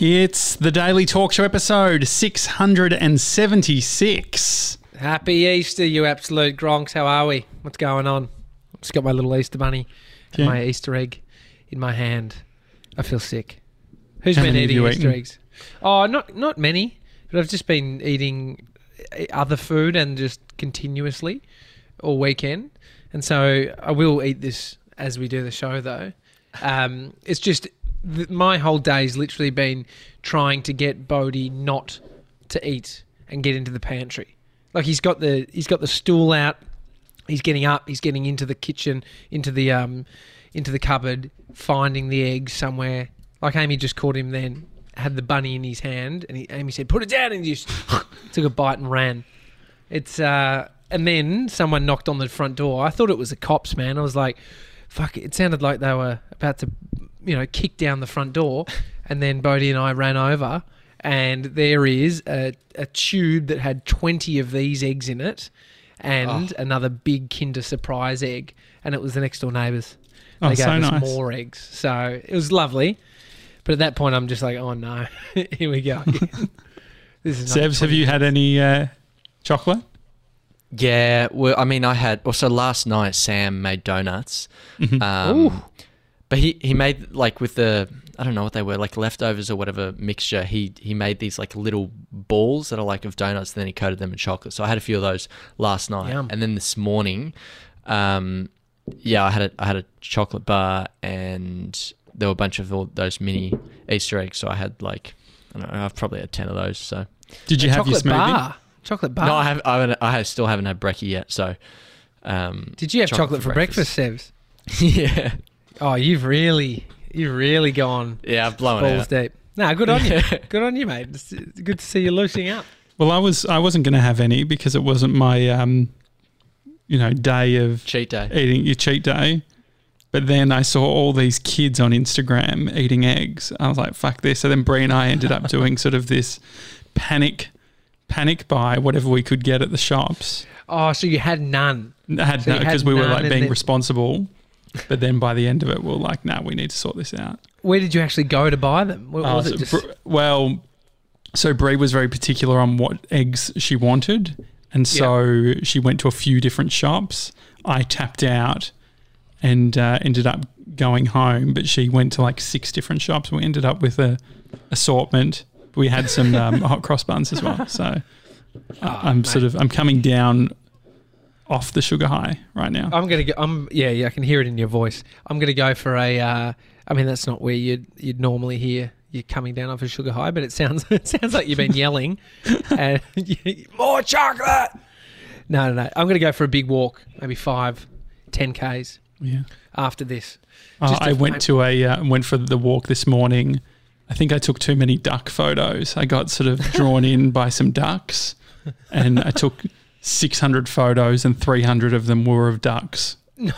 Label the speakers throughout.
Speaker 1: It's the Daily Talk Show episode 676.
Speaker 2: Happy Easter, you absolute gronks. How are we? What's going on? I've just got my little Easter bunny and
Speaker 1: Yeah.
Speaker 2: my Easter egg in my hand. I feel sick. Who's
Speaker 1: How
Speaker 2: been
Speaker 1: many have
Speaker 2: eating
Speaker 1: you
Speaker 2: Easter
Speaker 1: eaten?
Speaker 2: eggs? Oh, not not many, but I've just been eating eh, other food and just continuously all weekend. And so I will eat this as we do the show, though. Um, it's just th- my whole day's literally been trying to get Bodhi not to eat and get into the pantry. Like he's got the he's got the stool out. He's getting up. He's getting into the kitchen, into the um, into the cupboard, finding the eggs somewhere. Like Amy just caught him then. Had the bunny in his hand, and he, Amy said, "Put it down," and he just took a bite and ran. It's uh, and then someone knocked on the front door. I thought it was the cops, man. I was like, "Fuck!" It sounded like they were about to, you know, kick down the front door. And then Bodie and I ran over, and there is a, a tube that had twenty of these eggs in it, and
Speaker 1: Oh.
Speaker 2: another big Kinder Surprise egg. And it was the next door neighbours. They
Speaker 1: Oh,
Speaker 2: gave
Speaker 1: so
Speaker 2: us
Speaker 1: nice.
Speaker 2: more eggs, so it was lovely. But at that point, I'm just like, "Oh no, here we go." again. this is another
Speaker 1: Sebs, have
Speaker 2: 20
Speaker 1: you had any uh, chocolate?
Speaker 3: Yeah, well, I mean, I had also last night. Sam made donuts,
Speaker 2: Ooh.
Speaker 3: um, but he he made like with the I don't know what they were like leftovers or whatever mixture. He he made these like little balls that are like of donuts, and then he coated them in chocolate. So I had a few of those last night,
Speaker 2: Yum.
Speaker 3: and then this morning, um, yeah, I had a, I had a chocolate bar, and there were a bunch of all those mini Easter eggs. So I had like I don't know, I've probably had ten of those. So
Speaker 1: Did you have your
Speaker 2: chocolate
Speaker 1: smoothie?
Speaker 2: bar. Chocolate bar.
Speaker 3: no, I have I, haven't- I have- still haven't had brekkie yet. So. Um,
Speaker 2: Did you have chocolate, for breakfast,
Speaker 3: yeah.
Speaker 2: Sebs? Oh, you've really, you've really gone
Speaker 3: Yeah, I've blown
Speaker 2: balls
Speaker 3: it out.
Speaker 2: deep. No, good on you. good on you, mate. It's it's good to see you loosening up.
Speaker 1: Well, I was I wasn't going to have any because it wasn't my um, you know day of
Speaker 3: Cheat day.
Speaker 1: eating your cheat day. But then I saw all these kids on Instagram eating eggs. I was like, fuck this. So then Bree and I ended up doing sort of this panic panic buy whatever we could get at the shops.
Speaker 2: Oh, so you had none.
Speaker 1: I had
Speaker 2: So you
Speaker 1: no because
Speaker 2: had
Speaker 1: we were
Speaker 2: none
Speaker 1: like
Speaker 2: and
Speaker 1: being
Speaker 2: then-
Speaker 1: responsible. But then by the end of it, we are like, nah, we need to sort this out.
Speaker 2: Where did you actually go to buy them? What,
Speaker 1: Oh,
Speaker 2: was
Speaker 1: so
Speaker 2: it just?
Speaker 1: Br- well, so Brie was very particular on what eggs she wanted, and so she went to a few different shops. I tapped out and uh, ended up going home, but she went to like six different shops. We ended up with a assortment. We had some um, hot cross buns as well. So I
Speaker 2: Ah,
Speaker 1: I'm sort of I'm coming down off the sugar high right now.
Speaker 2: I'm gonna go. I'm yeah, yeah. I can hear it in your voice. I'm gonna go for a. Uh, I mean, that's not where you'd you'd normally hear you coming down off a sugar high, but it sounds it sounds like you've been yelling, and more chocolate. No, no, no. I'm gonna go for a big walk, maybe five, ten k's
Speaker 1: yeah.
Speaker 2: after this.
Speaker 1: Uh,
Speaker 2: Just
Speaker 1: I
Speaker 2: a-
Speaker 1: went to a uh, went for the walk this morning. I think I took too many duck photos. I got sort of drawn in by some ducks, and I took 600 photos, and 300 of them were of ducks.
Speaker 3: Well,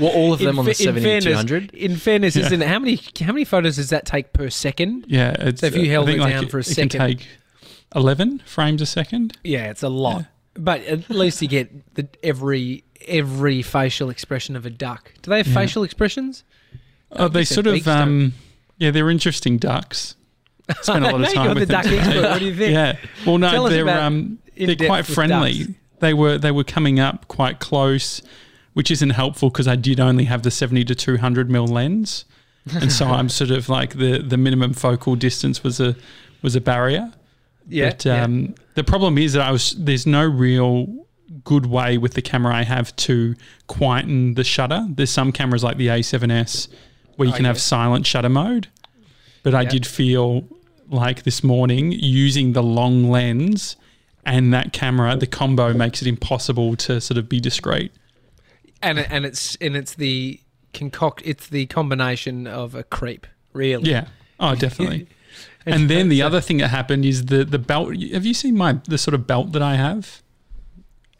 Speaker 3: all of them on the
Speaker 2: fa- in fairness-
Speaker 3: 7200.
Speaker 2: In fairness,
Speaker 1: Yeah.
Speaker 2: isn't how many how many photos does that take per second?
Speaker 1: Yeah, it's, uh,
Speaker 2: So if you
Speaker 1: I
Speaker 2: held
Speaker 1: think,
Speaker 2: it down for a second-
Speaker 1: can take 11 frames a second.
Speaker 2: Yeah, it's a lot. But at least you get the every every facial expression of a duck. Do they have
Speaker 1: Yeah.
Speaker 2: facial expressions?
Speaker 1: Oh, they
Speaker 2: it's a
Speaker 1: sort
Speaker 2: big
Speaker 1: of
Speaker 2: stone.
Speaker 1: um, yeah, they're interesting ducks. Spent a lot of
Speaker 2: I know
Speaker 1: time
Speaker 2: you're the
Speaker 1: with
Speaker 2: duck
Speaker 1: them.
Speaker 2: expert. What do you think?
Speaker 1: Yeah. Well, no,
Speaker 2: Tell us
Speaker 1: they're
Speaker 2: about
Speaker 1: um, they're
Speaker 2: in-depth
Speaker 1: quite
Speaker 2: with
Speaker 1: friendly.
Speaker 2: ducks.
Speaker 1: They were they were coming up quite close, which isn't helpful because I did only have the seventy to two hundred mil lens, and so I'm sort of like the the minimum focal distance was a was a barrier.
Speaker 2: Yeah,
Speaker 1: But um, the problem is that I was there's no real good way with the camera I have to quieten the shutter. There's some cameras like the A7S where you
Speaker 2: Oh,
Speaker 1: can have
Speaker 2: yeah.
Speaker 1: silent shutter mode, but I
Speaker 2: Yeah.
Speaker 1: did feel like this morning using the long lens and that camera, the combo makes it impossible to sort of be discreet.
Speaker 2: and it- and it's and it's the concoct. It's the combination of a creep, really.
Speaker 1: Yeah. Oh, definitely. and then the other thing that happened is the the belt. Have you seen my the sort of belt that I have?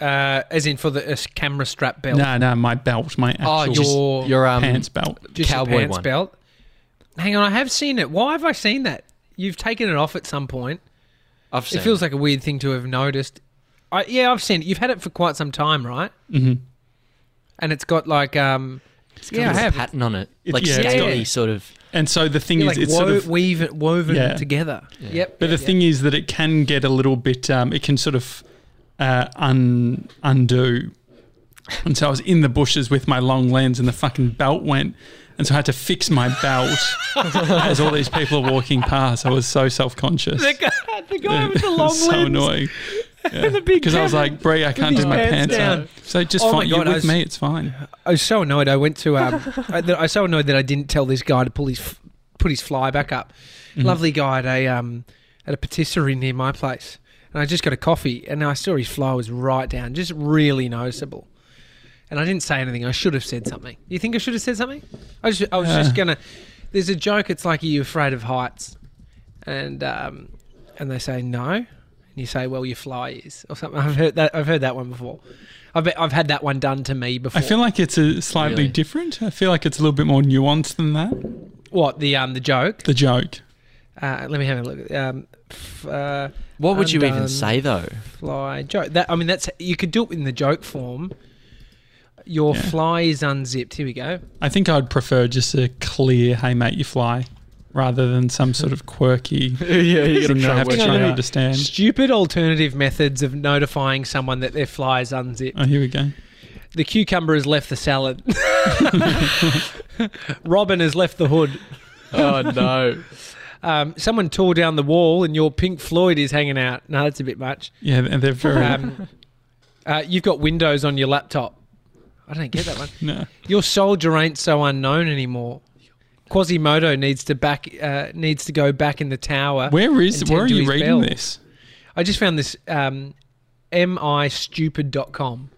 Speaker 2: Uh, as in for the uh, camera strap belt,
Speaker 1: No, no, my belt, my actual
Speaker 3: Oh, just
Speaker 2: Your
Speaker 3: your um,
Speaker 1: pants belt.
Speaker 2: just your
Speaker 3: cowboy
Speaker 2: pants
Speaker 3: one.
Speaker 2: belt. Hang on, I have seen it. Why have I seen that? You've taken it off at some point.
Speaker 3: I've seen
Speaker 2: It feels like a weird thing to have noticed. I, yeah, I've seen it. You've had it for quite some time, right?
Speaker 1: hmm
Speaker 2: And it's got like um, yeah, I
Speaker 3: a
Speaker 2: have.
Speaker 3: pattern on it,
Speaker 1: It-
Speaker 3: like
Speaker 1: yeah,
Speaker 3: yeah,
Speaker 1: it's
Speaker 2: got-
Speaker 3: sort of.
Speaker 1: And so the thing
Speaker 2: You're
Speaker 1: is,
Speaker 2: like
Speaker 1: it's
Speaker 2: wo-
Speaker 1: sort of.
Speaker 2: weave, woven
Speaker 1: Yeah.
Speaker 2: together.
Speaker 3: Yeah.
Speaker 2: Yep.
Speaker 1: But the thing is that it can get a little bit. Um, it can sort of uh, un- undo. And so I was in the bushes with my long lens, and the fucking belt went. And so I had to fix my belt as all these people are walking past. I was so self conscious.
Speaker 2: the guy, the guy with the long
Speaker 1: so
Speaker 2: lens.
Speaker 1: annoying.
Speaker 2: the big
Speaker 1: Because I was
Speaker 2: camera.
Speaker 1: like, Brie, I can't
Speaker 2: his
Speaker 1: do my
Speaker 2: pants
Speaker 1: pants
Speaker 2: down.
Speaker 1: up. So just
Speaker 2: Oh my
Speaker 1: fine. You're
Speaker 2: God, I
Speaker 1: with
Speaker 2: was-
Speaker 1: me. It's fine.
Speaker 2: I was so annoyed. I went to. Um, I, that- I was so annoyed that I didn't tell this guy to pull his f- put his fly back up.
Speaker 1: Mm-hmm.
Speaker 2: Lovely guy at a um, at a patisserie near my place, and I just got a coffee, and I saw his fly was right down, just really noticeable. And I didn't say anything. I should have said something. You think I should have said something? I just, I was just
Speaker 1: Yeah.
Speaker 2: gonna. There's a joke. It's like, are you afraid of heights? And um, and they say no, and you say, well, your fly is, or something. I've heard that. I've heard that one before. I've be- I've had that one done to me before.
Speaker 1: I feel like it's a slightly
Speaker 3: Really?
Speaker 1: different. I feel like it's a little bit more nuanced than that.
Speaker 2: What the um the joke?
Speaker 1: The joke.
Speaker 2: Uh, let me have a look. Um, f- uh,
Speaker 3: What would you even
Speaker 2: undone
Speaker 3: say though?
Speaker 2: Fly joke. That I mean, that's you could do it in the joke form. Your
Speaker 1: Yeah.
Speaker 2: fly is unzipped. Here we go.
Speaker 1: I think I'd prefer just a clear, hey, mate, you fly, rather than some sort of quirky
Speaker 3: yeah,
Speaker 1: thing that I have to
Speaker 2: work it
Speaker 1: try and
Speaker 2: out.
Speaker 1: understand.
Speaker 2: Stupid alternative methods of notifying someone that their fly is unzipped.
Speaker 1: Oh, here we go.
Speaker 2: The cucumber has left the salad. Robin has left the hood.
Speaker 3: Oh no!
Speaker 2: Um, someone tore down the wall, and your Pink Floyd is hanging out. No, that's a bit much.
Speaker 1: Yeah, they're they're very.
Speaker 2: Um, uh, you've got Windows on your laptop. I don't get that one.
Speaker 1: no.
Speaker 2: Your soldier ain't so unknown anymore. Quasimodo needs to back uh, needs to go back in the tower.
Speaker 1: Where is?
Speaker 2: and
Speaker 1: Where
Speaker 2: tend
Speaker 1: are
Speaker 2: to
Speaker 1: you
Speaker 2: his
Speaker 1: reading
Speaker 2: bell.
Speaker 1: this?
Speaker 2: I just found this um, mistupid.com.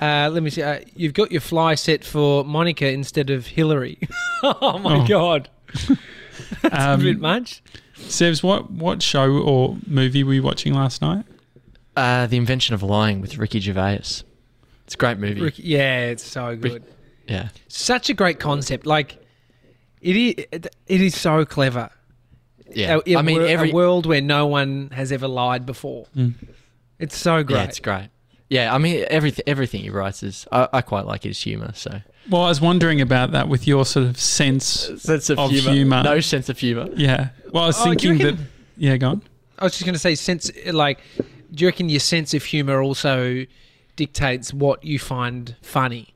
Speaker 2: uh, let me see. Uh, you've got your fly set for Monica instead of Hillary. oh my
Speaker 1: Oh.
Speaker 2: god, a bit
Speaker 1: Um,
Speaker 2: much.
Speaker 1: Sevs, what what show or movie were you watching last night?
Speaker 3: Uh, the invention of lying with Ricky Gervais. It's a great movie.
Speaker 2: Rick- yeah, it's so good.
Speaker 3: Yeah.
Speaker 2: Such a great concept. Like it is. It is so clever.
Speaker 3: Yeah.
Speaker 2: A, a
Speaker 3: I mean,
Speaker 2: wor-
Speaker 3: every
Speaker 2: a world where no one has ever lied before.
Speaker 1: Mm.
Speaker 2: It's so great.
Speaker 3: yeah, it's great. Yeah, I mean, everything everything he writes is I, I quite like his humor. So
Speaker 1: Well, I was wondering about that with your sort of sense.
Speaker 3: sense of,
Speaker 1: Of humour. humour.
Speaker 3: no sense of humor.
Speaker 1: Yeah. Well, I was
Speaker 2: Oh, do you
Speaker 1: thinking that.
Speaker 2: reckon-
Speaker 1: Yeah, go on.
Speaker 2: I was just going to say, sense like, do you reckon your sense of humor also dictates what you find funny?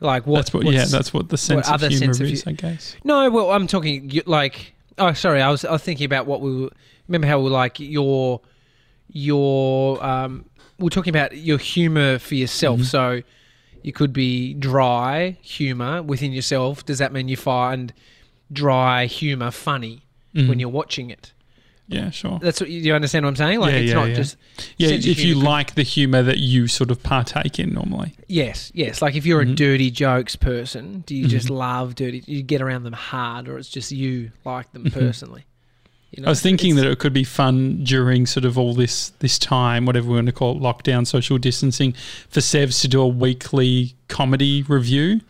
Speaker 2: Like what?
Speaker 1: That's what.
Speaker 2: what's-
Speaker 1: yeah, that's what the sense
Speaker 2: other
Speaker 1: of humor
Speaker 2: sense of
Speaker 1: is,
Speaker 2: hu-
Speaker 1: I guess.
Speaker 2: no. Well, I'm talking you- like. Oh, sorry. I was I was thinking about what we were. Remember how we were like your your um. We're talking about your humor for
Speaker 1: Mm-hmm.
Speaker 2: yourself. So you could be dry humor within yourself. Does that mean you find dry humor funny
Speaker 1: Mm-hmm.
Speaker 2: when you're watching it?
Speaker 1: Yeah, sure.
Speaker 2: That's what you, you understand what I'm saying. Like
Speaker 1: Yeah,
Speaker 2: it's
Speaker 1: yeah,
Speaker 2: not
Speaker 1: yeah.
Speaker 2: just
Speaker 1: Yeah,
Speaker 2: sense of
Speaker 1: if you
Speaker 2: humour could-
Speaker 1: like the humor that you sort of partake in normally.
Speaker 2: yes, yes. Like if you're
Speaker 1: Mm-hmm.
Speaker 2: a dirty jokes person, do you just love dirty? You get around them hard, or it's just you like them personally. You know,
Speaker 1: Mm-hmm. I was thinking
Speaker 2: It's-
Speaker 1: that it could be fun during sort of all this this time, whatever we want to call it, lockdown, social distancing, for Sevs to do a weekly comedy review.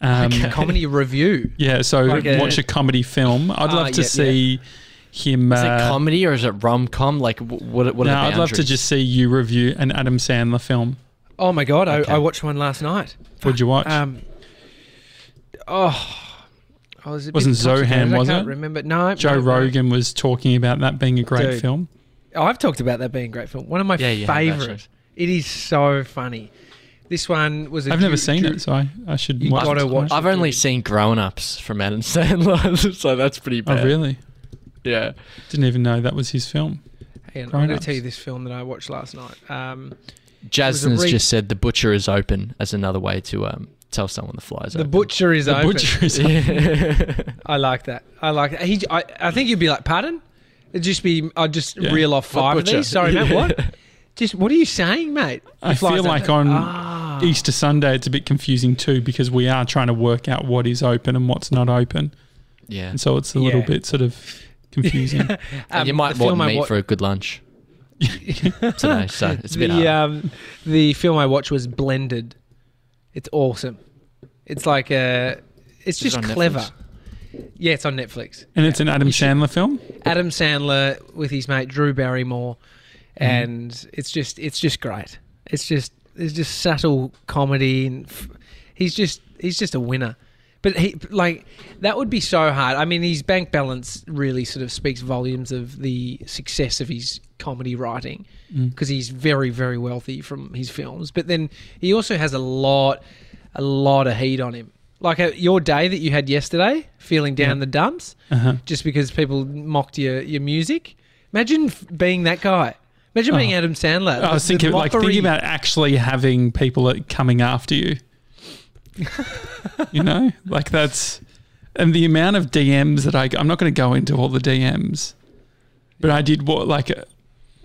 Speaker 1: Um,
Speaker 2: comedy review.
Speaker 1: Yeah, so
Speaker 2: Like a-
Speaker 1: watch a comedy film. I'd
Speaker 2: Ah,
Speaker 1: love to
Speaker 2: yeah,
Speaker 1: see him.
Speaker 3: Is it
Speaker 1: uh,
Speaker 3: comedy or is it rom com? Like, wh- what? What are
Speaker 1: no,
Speaker 3: the
Speaker 1: I'd love to
Speaker 3: boundaries?
Speaker 1: just see you review an Adam Sandler film.
Speaker 2: Oh my god,
Speaker 3: Okay.
Speaker 2: I, I watched one last night.
Speaker 1: What'd you watch?
Speaker 2: Um, oh, I was a bit
Speaker 1: Wasn't Zohan,
Speaker 2: intoxicated.
Speaker 1: was
Speaker 2: I can't
Speaker 1: it?
Speaker 2: Remember? No,
Speaker 1: Joe
Speaker 2: no, no.
Speaker 1: Rogan was talking about that being a great
Speaker 2: Dude.
Speaker 1: film.
Speaker 2: I've talked about that being a great film. One of my
Speaker 3: Yeah, you have,
Speaker 2: favorite.
Speaker 3: actually.
Speaker 2: It is so funny. This one was. A
Speaker 1: I've never
Speaker 2: Ju-
Speaker 1: seen
Speaker 2: Ju-
Speaker 1: it, so I, I should
Speaker 2: You
Speaker 1: watch
Speaker 2: gotta
Speaker 1: it.
Speaker 2: watch
Speaker 3: I've only seen Grown Ups from Adam Sandler, so that's pretty
Speaker 1: Oh,
Speaker 3: bad.
Speaker 1: really?
Speaker 3: Yeah.
Speaker 1: Didn't even know that was his film.
Speaker 2: Hang on,
Speaker 1: Grown
Speaker 2: I'm going to
Speaker 1: ups.
Speaker 2: tell you this film that I watched last night. Um,
Speaker 3: Jasmine's
Speaker 2: re-
Speaker 3: just said the butcher is open as another way to um, tell someone the flies.
Speaker 2: the butcher is
Speaker 1: The
Speaker 2: open.
Speaker 1: Butcher is
Speaker 2: I like that. I like that. He, I, I think you'd be like, pardon? It'd just be, I'd just
Speaker 1: Yeah.
Speaker 2: reel off five of
Speaker 3: butcher?
Speaker 2: these. Sorry, mate, what? Just, what are you saying, mate?
Speaker 1: I
Speaker 2: He flies
Speaker 1: feel
Speaker 2: up.
Speaker 1: like on
Speaker 2: Ah.
Speaker 1: Easter Sunday it's a bit confusing too because we are trying to work out what is open and what's not open,
Speaker 3: yeah.
Speaker 1: and so it's a little
Speaker 2: Yeah.
Speaker 1: bit sort of confusing.
Speaker 2: Um,
Speaker 3: you might
Speaker 2: the film
Speaker 3: want
Speaker 2: I
Speaker 3: meat
Speaker 2: wa-
Speaker 3: for a good lunch today, so it's a bit hard.
Speaker 2: the, um, the film I watched was Blended. It's awesome. It's like a, it's
Speaker 3: Is it
Speaker 2: just
Speaker 3: on
Speaker 2: clever.
Speaker 3: Netflix?
Speaker 2: Yeah, it's on Netflix.
Speaker 1: and it's an Adam Sandler film.
Speaker 2: Adam Sandler with his mate Drew Barrymore, and it's just it's just great. It's just it's just subtle comedy, and f- he's just he's just a winner. But he like that would be so hard. I mean, his bank balance really sort of speaks volumes of the success of his comedy writing because he's very very wealthy from his films. But then he also has a lot a lot of heat on him. Like uh, your day that you had yesterday, feeling down the dumps,
Speaker 1: Uh-huh.
Speaker 2: just because people mocked your your music. Imagine f- being that guy. Imagine being Adam Sandler.
Speaker 1: Oh. I was
Speaker 2: The- the
Speaker 1: thinking, like, thinking
Speaker 2: mockery.
Speaker 1: about actually having people at- coming after you. you know, like that's, and the amount of DMs that I, I'm not going to go into all the DMs, but I did what, like, uh,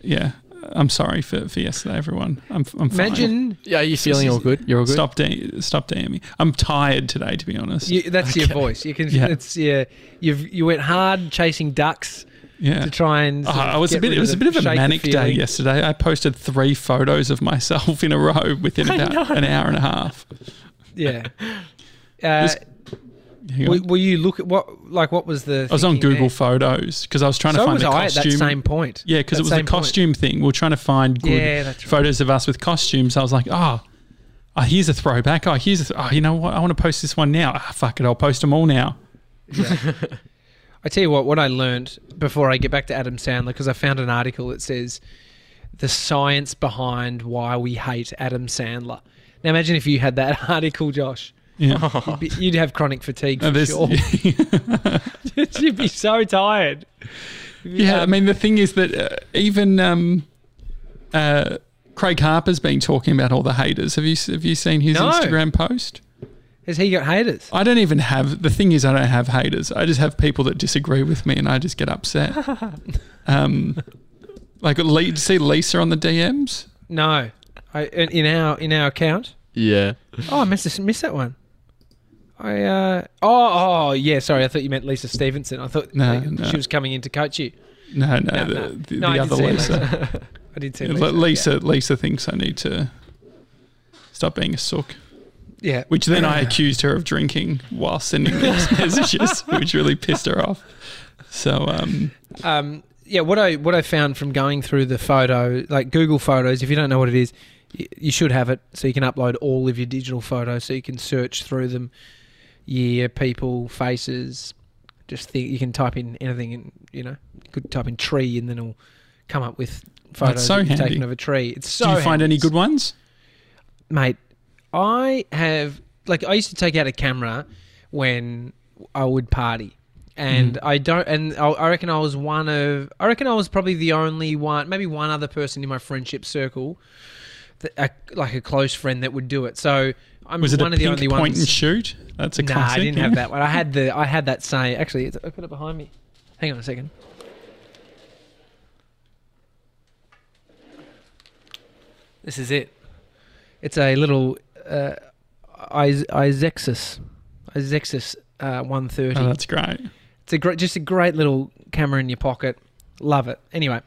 Speaker 1: yeah, I'm sorry for, for yesterday, everyone. I'm, I'm fine.
Speaker 2: Imagine
Speaker 3: Yeah, are you feeling all good? You're all good.
Speaker 1: Stop, D- stop DMing. I'm tired today, to be honest.
Speaker 2: you, that's your voice. You can.
Speaker 1: Yeah.
Speaker 2: It's yeah. You've you went hard chasing ducks
Speaker 1: yeah.
Speaker 2: to try and.
Speaker 1: Oh,
Speaker 2: sort of
Speaker 1: I was a
Speaker 2: get
Speaker 1: bit.
Speaker 2: rid
Speaker 1: It was a
Speaker 2: the-
Speaker 1: bit of a
Speaker 2: shake the
Speaker 1: manic day
Speaker 2: feeling.
Speaker 1: yesterday. I posted three photos of myself in a row within
Speaker 3: I
Speaker 1: about
Speaker 3: know.
Speaker 1: an hour and a half.
Speaker 2: Yeah. Uh,
Speaker 1: Just- Hang on.
Speaker 2: were, were you look at what like what was the?
Speaker 1: I was on
Speaker 2: thinking
Speaker 1: Google
Speaker 2: there?
Speaker 1: Photos because I was trying
Speaker 2: so
Speaker 1: to find
Speaker 2: was
Speaker 1: the
Speaker 2: I
Speaker 1: costume.
Speaker 2: at that same point.
Speaker 1: yeah, because it
Speaker 2: That
Speaker 1: was the
Speaker 2: same point.
Speaker 1: costume thing. We are trying to find good
Speaker 2: Yeah, that's right.
Speaker 1: photos of us with costumes. I was like, oh, oh here's a throwback. Oh, here's a th- oh, you know what? I want to post this one now. Ah, fuck it, I'll post them all now.
Speaker 2: I tell you what, what I learned before I get back to Adam Sandler, because I found an article that says the science behind why we hate Adam Sandler. Now, imagine if you had that article, Josh.
Speaker 1: Yeah,
Speaker 2: You'd, be, you'd have chronic fatigue for
Speaker 1: And this-
Speaker 2: sure. you'd be so tired.
Speaker 1: yeah. I mean, the thing is that uh, even um, uh, Craig Harper's been talking about all the haters. Have you have you seen his
Speaker 2: No.
Speaker 1: Instagram post?
Speaker 2: Has he got haters?
Speaker 1: I don't even have the thing is I don't have haters. I just have people that disagree with me, and I just get upset. um, like Le- see Lisa on the DMs.
Speaker 2: No. I, in in our in our account.
Speaker 3: Yeah.
Speaker 2: Oh, I missed this, missed that one. I uh oh oh yeah sorry I thought you meant Lisa Stevenson I thought
Speaker 1: No,
Speaker 2: she
Speaker 1: no.
Speaker 2: was coming in to coach you
Speaker 1: No, no,
Speaker 2: No,
Speaker 1: the,
Speaker 2: no.
Speaker 1: the,
Speaker 2: No,
Speaker 1: the
Speaker 2: I did
Speaker 1: other
Speaker 2: see
Speaker 1: Lisa.
Speaker 2: I did see
Speaker 1: Yeah,
Speaker 2: Lisa
Speaker 1: Le- Lisa, Lisa thinks I need to stop being a sook,
Speaker 2: yeah, yeah.
Speaker 1: which then I accused her of drinking while sending these messages, which really pissed her off. So um,
Speaker 2: um, yeah, what I what I found from going through the photo, like Google Photos, if you don't know what it is, you, you should have it so you can upload all of your digital photos, so you can search through them, year, people, faces, just think you can type in anything, and you know, you could type in tree, and then it'll come up with photos
Speaker 1: so
Speaker 2: that you've
Speaker 1: handy.
Speaker 2: taken of a tree. It's so.
Speaker 1: do you find any
Speaker 2: handy.
Speaker 1: good ones?
Speaker 2: mate? I have like I used to take out a camera when I would party. And
Speaker 1: Mm.
Speaker 2: I don't, and I, I reckon I was one of, I reckon I was probably the only one, maybe one other person in my friendship circle, that, a, like a close friend that would do it. So I'm
Speaker 1: Was it
Speaker 2: one
Speaker 1: a
Speaker 2: of the
Speaker 1: pink
Speaker 2: only
Speaker 1: point
Speaker 2: ones.
Speaker 1: and shoot? That's a
Speaker 2: nah,
Speaker 1: classic.
Speaker 2: I didn't
Speaker 1: yeah.
Speaker 2: have that one. I had the, I had that same. Actually, it's, I put it behind me. Hang on a second. This is it. It's a little uh, Is- Isexus, Isexus uh, one thirty.
Speaker 1: Oh, that's great.
Speaker 2: It's a great, just a great little camera in your pocket. Love it. Anyway,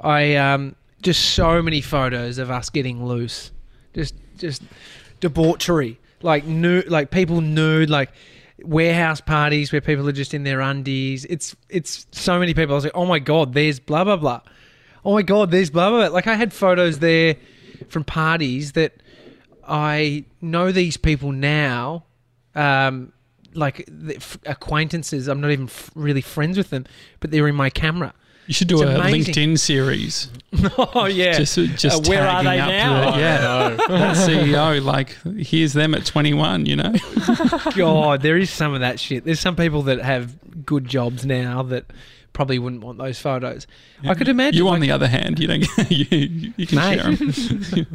Speaker 2: I um, just so many photos of us getting loose, just just debauchery, like nude, like people nude, like warehouse parties where people are just in their undies. It's it's so many people. I was like, oh my god, there's blah blah blah. Oh my god, there's blah blah blah. Like I had photos there from parties that I know these people now, um, like the f- acquaintances. I'm not even f- really friends with them, but they're in my camera.
Speaker 1: You should do
Speaker 2: It's
Speaker 1: a
Speaker 2: amazing.
Speaker 1: LinkedIn series.
Speaker 2: oh yeah.
Speaker 1: Just, just
Speaker 2: Uh, where are
Speaker 1: tagging
Speaker 2: they
Speaker 1: up
Speaker 2: now?
Speaker 1: the- yeah, that CEO. Like, here's them at 21. You know,
Speaker 2: God, there is some of that shit. There's some people that have good jobs now that probably wouldn't want those photos. I could imagine.
Speaker 1: you. On
Speaker 2: like,
Speaker 1: the other hand, you don't. you, you can
Speaker 2: Mate.
Speaker 1: share 'em.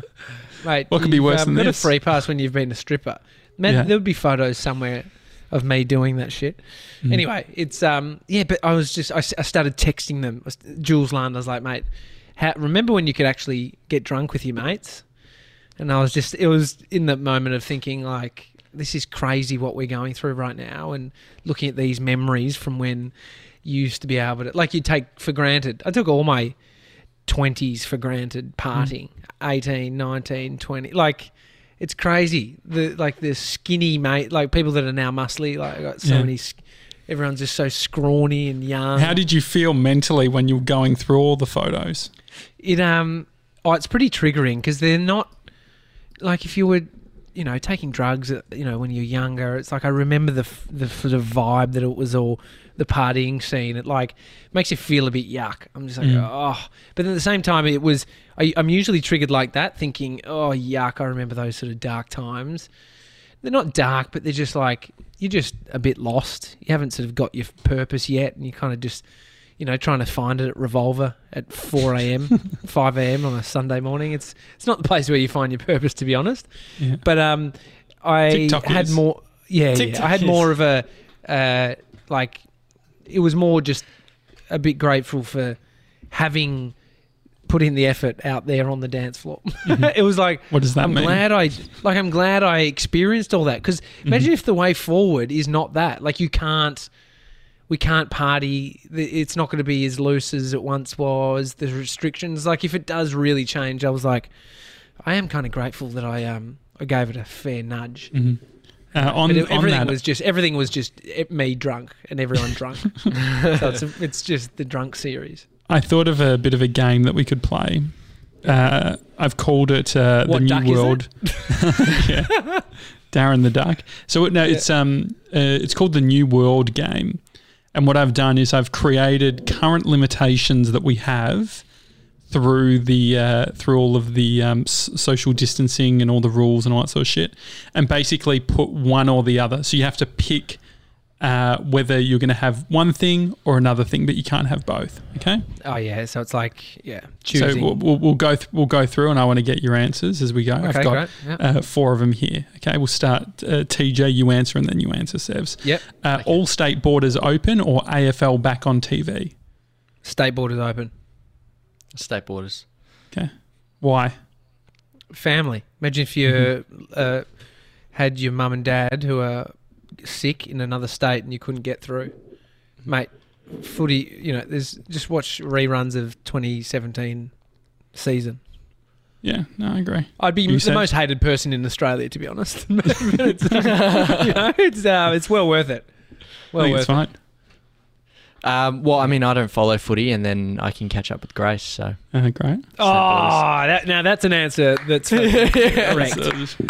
Speaker 2: mate,
Speaker 1: what could be
Speaker 2: you've,
Speaker 1: worse than
Speaker 2: got
Speaker 1: this?
Speaker 2: a free pass when you've been a stripper. Man,
Speaker 1: Yeah.
Speaker 2: there would be photos somewhere of me doing that shit.
Speaker 1: Mm.
Speaker 2: Anyway, it's um yeah, but I was just I, s- I started texting them. I was- Jules Land, I was like, mate, how, remember when you could actually get drunk with your mates? And I was just it was in that moment of thinking like this is crazy what we're going through right now and looking at these memories from when you used to be able to like you take for granted. I took all my 20s for
Speaker 1: Mm.
Speaker 2: granted partying, eighteen, nineteen, twenty. 18, 19, 20. Like it's crazy. The like the skinny mate, like people that are now muscly, like I got so
Speaker 1: Yeah.
Speaker 2: many sk- everyone's just so scrawny and young.
Speaker 1: How did you feel mentally when you were going through all the photos?
Speaker 2: it um oh it's pretty triggering because they're not like if you were you know, taking drugs, uh, you know, when you're younger, it's like I remember the f- the sort of vibe that it was all the partying scene. It like makes you feel a bit yuck. I'm just like,
Speaker 1: Mm.
Speaker 2: oh. But then at the same time, it was I, I'm usually triggered like that, thinking, oh yuck, I remember those sort of dark times. They're not dark, but they're just like you're just a bit lost. You haven't sort of got your purpose yet, and you're kind of just, you know, trying to find it at Revolver at 4 a.m., 5 a.m. on a Sunday morning. It's it's not the place where you find your purpose, to be honest.
Speaker 1: Yeah.
Speaker 2: But um, I
Speaker 1: TikTok
Speaker 2: had
Speaker 1: is.
Speaker 2: more. Yeah, yeah,
Speaker 1: TikTok
Speaker 2: I had
Speaker 1: is.
Speaker 2: more of a uh, like. It was more just a bit grateful for having put in the effort out there on the dance floor.
Speaker 1: Mm-hmm.
Speaker 2: it was like
Speaker 1: What does that
Speaker 2: I'm
Speaker 1: mean?
Speaker 2: glad I like. I'm glad I experienced all that because
Speaker 1: Mm-hmm.
Speaker 2: imagine if the way forward is not that. Like you can't. We can't party. The- It's not going to be as loose as it once was. The restrictions, like if it does really change, I was like, I am kind of grateful that I um I gave it a fair nudge.
Speaker 1: Mhm. Uh, on,
Speaker 2: But it-
Speaker 1: on
Speaker 2: everything
Speaker 1: that,
Speaker 2: was just everything was just eh, me drunk and everyone drunk. so it's a, it's just the drunk series.
Speaker 1: I thought of a bit of a game that we could play. Uh, I've called it uh,
Speaker 2: What
Speaker 1: the
Speaker 2: duck
Speaker 1: New
Speaker 2: is it?
Speaker 1: World. yeah. Darren the Duck. So it- no,
Speaker 2: Yeah.
Speaker 1: it's um, uh, it's called the New World game, and what I've done is I've created current limitations that we have through the uh, through all of the um, s- social distancing and all the rules and all that sort of shit, and basically put one or the other. So you have to pick uh, whether you're going to have one thing or another thing, but you can't have both. Okay.
Speaker 2: Oh yeah, so it's like yeah, choosing.
Speaker 1: So we'll, we'll, we'll go th- we'll go through, and I want to get your answers as we go.
Speaker 2: Okay,
Speaker 1: I've got
Speaker 2: great, yeah.
Speaker 1: uh, four of them here. Okay, we'll start. Uh, TJ, you answer, and then you answer, Sevs.
Speaker 2: Yep.
Speaker 1: Uh, All state borders open or AFL back on TV?
Speaker 2: State borders open.
Speaker 3: State borders.
Speaker 1: Okay, why?
Speaker 2: Family. Imagine if you
Speaker 1: Mm-hmm.
Speaker 2: uh, had your mum and dad who are sick in another state and you couldn't get through,
Speaker 1: Mm-hmm.
Speaker 2: mate. Footy, you know, there's just watch reruns of 2017 season.
Speaker 1: Yeah, no, I agree.
Speaker 2: I'd be
Speaker 1: You
Speaker 2: the
Speaker 1: said-
Speaker 2: most hated person in Australia, to be honest. But it's, you know, it's, uh, it's well worth it.
Speaker 1: I
Speaker 2: Well
Speaker 1: think it's
Speaker 2: worth it.
Speaker 1: fine.
Speaker 3: Um, well, I mean, I don't follow footy, and then I can catch up with Grace. So
Speaker 1: Uh, great.
Speaker 2: Oh, that, now that's an answer that's fucking correct.